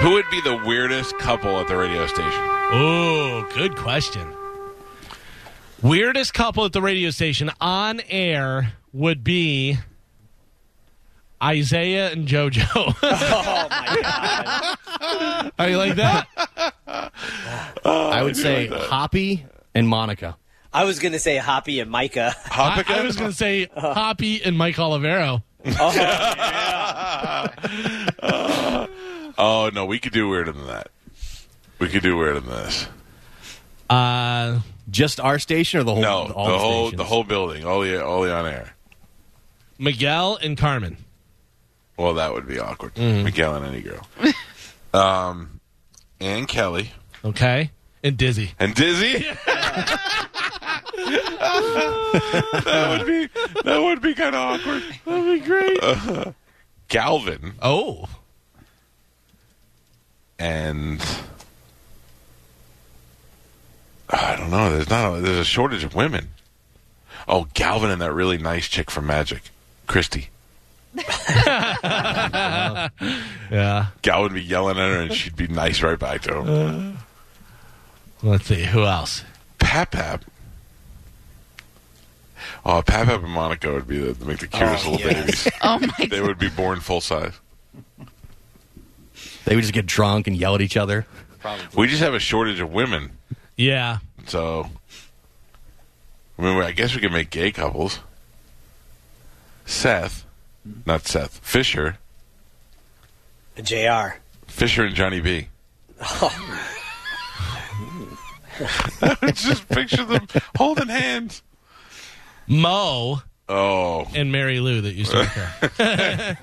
Speaker 2: Who would be the weirdest couple at the radio station?
Speaker 3: Oh, good question. Weirdest couple at the radio station on air would be Isaiah and JoJo. [LAUGHS] oh my
Speaker 4: [LAUGHS]
Speaker 3: god! Are you like that?
Speaker 2: Oh,
Speaker 6: I would say Hoppy and Monica.
Speaker 4: I was going to say Hoppy and Micah.
Speaker 3: I, I was going to say Hoppy and Mike Olivero.
Speaker 2: Oh, no, we could do weirder than that. We could do weirder than this.
Speaker 3: Uh,
Speaker 6: Just our station or the whole?
Speaker 2: No,
Speaker 6: all
Speaker 2: the whole
Speaker 6: stations?
Speaker 2: the whole building, all the all the on air.
Speaker 3: Miguel and Carmen.
Speaker 2: Well, that would be awkward.
Speaker 6: Mm-hmm.
Speaker 2: Miguel and any
Speaker 6: [LAUGHS]
Speaker 2: girl, um, and Kelly
Speaker 3: Okay, and Dizzy.
Speaker 2: and
Speaker 6: [LAUGHS]
Speaker 2: Dizzy. that would be that would be kind of awkward.
Speaker 3: That'd be great.
Speaker 6: [LAUGHS]
Speaker 2: Galvin
Speaker 3: Oh,
Speaker 2: and I don't know. There's not a, there's a shortage of women. Oh, Galvin and that really nice chick from Magic, Christy.
Speaker 3: yeah.
Speaker 2: Galvin would be yelling at her, and she'd be nice right back to him.
Speaker 3: Let's see who else.
Speaker 2: Papap. Oh, Papap and Monica would be the, the- like the cutest little babies.
Speaker 5: Oh my
Speaker 2: They would be born full size.
Speaker 6: They would just get drunk and yell at each other.
Speaker 2: We just have a shortage of women,
Speaker 3: Yeah,
Speaker 2: so I mean, I guess we could make gay couples. Seth, not Seth Fisher,
Speaker 4: JR.
Speaker 2: Fisher and Johnny B. [LAUGHS] just picture them holding hands.
Speaker 3: Mo
Speaker 2: Oh,
Speaker 3: and Mary Lou that used to be there.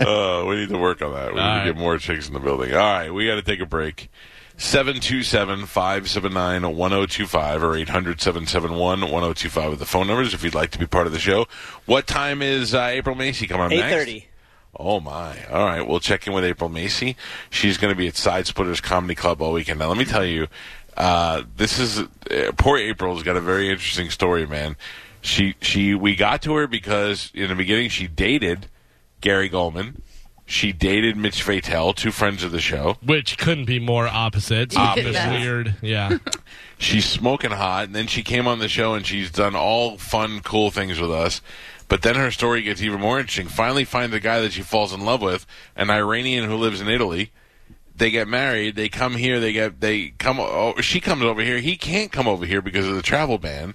Speaker 2: Uh, we need to work on that. We need
Speaker 3: All
Speaker 2: to
Speaker 3: right.
Speaker 2: get more chicks in the building. All right, we got to take a break. 727 579 1025 or 800 771 1025 with the phone numbers if you'd like to be part of the show. What time is uh, April Macy coming on next?
Speaker 4: 8.30.
Speaker 2: Oh, my. All right, we'll check in with April Macy. She's going to be at Side Splitters Comedy Club all weekend. Now, let me tell you, uh, this is uh, poor April's got a very interesting story, man. She she we got to her because in the beginning she dated Gary Goldman. She dated Mitch Fatel, two friends of the show.
Speaker 3: Which couldn't be more opposite. So
Speaker 5: Opposite.
Speaker 3: just Weird. Yeah.
Speaker 2: She's smoking hot, and then she came on the show and she's done all fun, cool things with us. But then her story gets even more interesting. Finally, finds a guy that she falls in love with, an Iranian who lives in Italy. They get married. They come here. They get they come. Oh, she comes over here. He can't come over here because of the travel ban.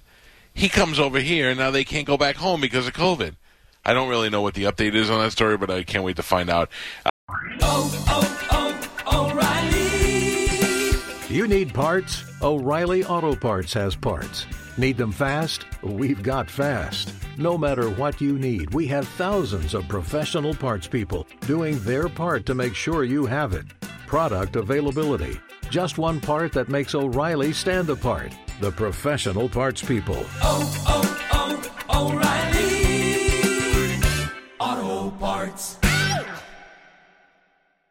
Speaker 2: He comes over here, and now they can't go back home because of COVID. I don't really know what the update is on that story, but I can't wait to find out.
Speaker 12: You need parts? O'Reilly Auto Parts has parts. Need them fast? We've got fast. No matter what you need, we have thousands of professional parts people doing their part to make sure you have it. Product availability. Just one part that makes O'Reilly stand apart. The professional parts people.
Speaker 1: oh,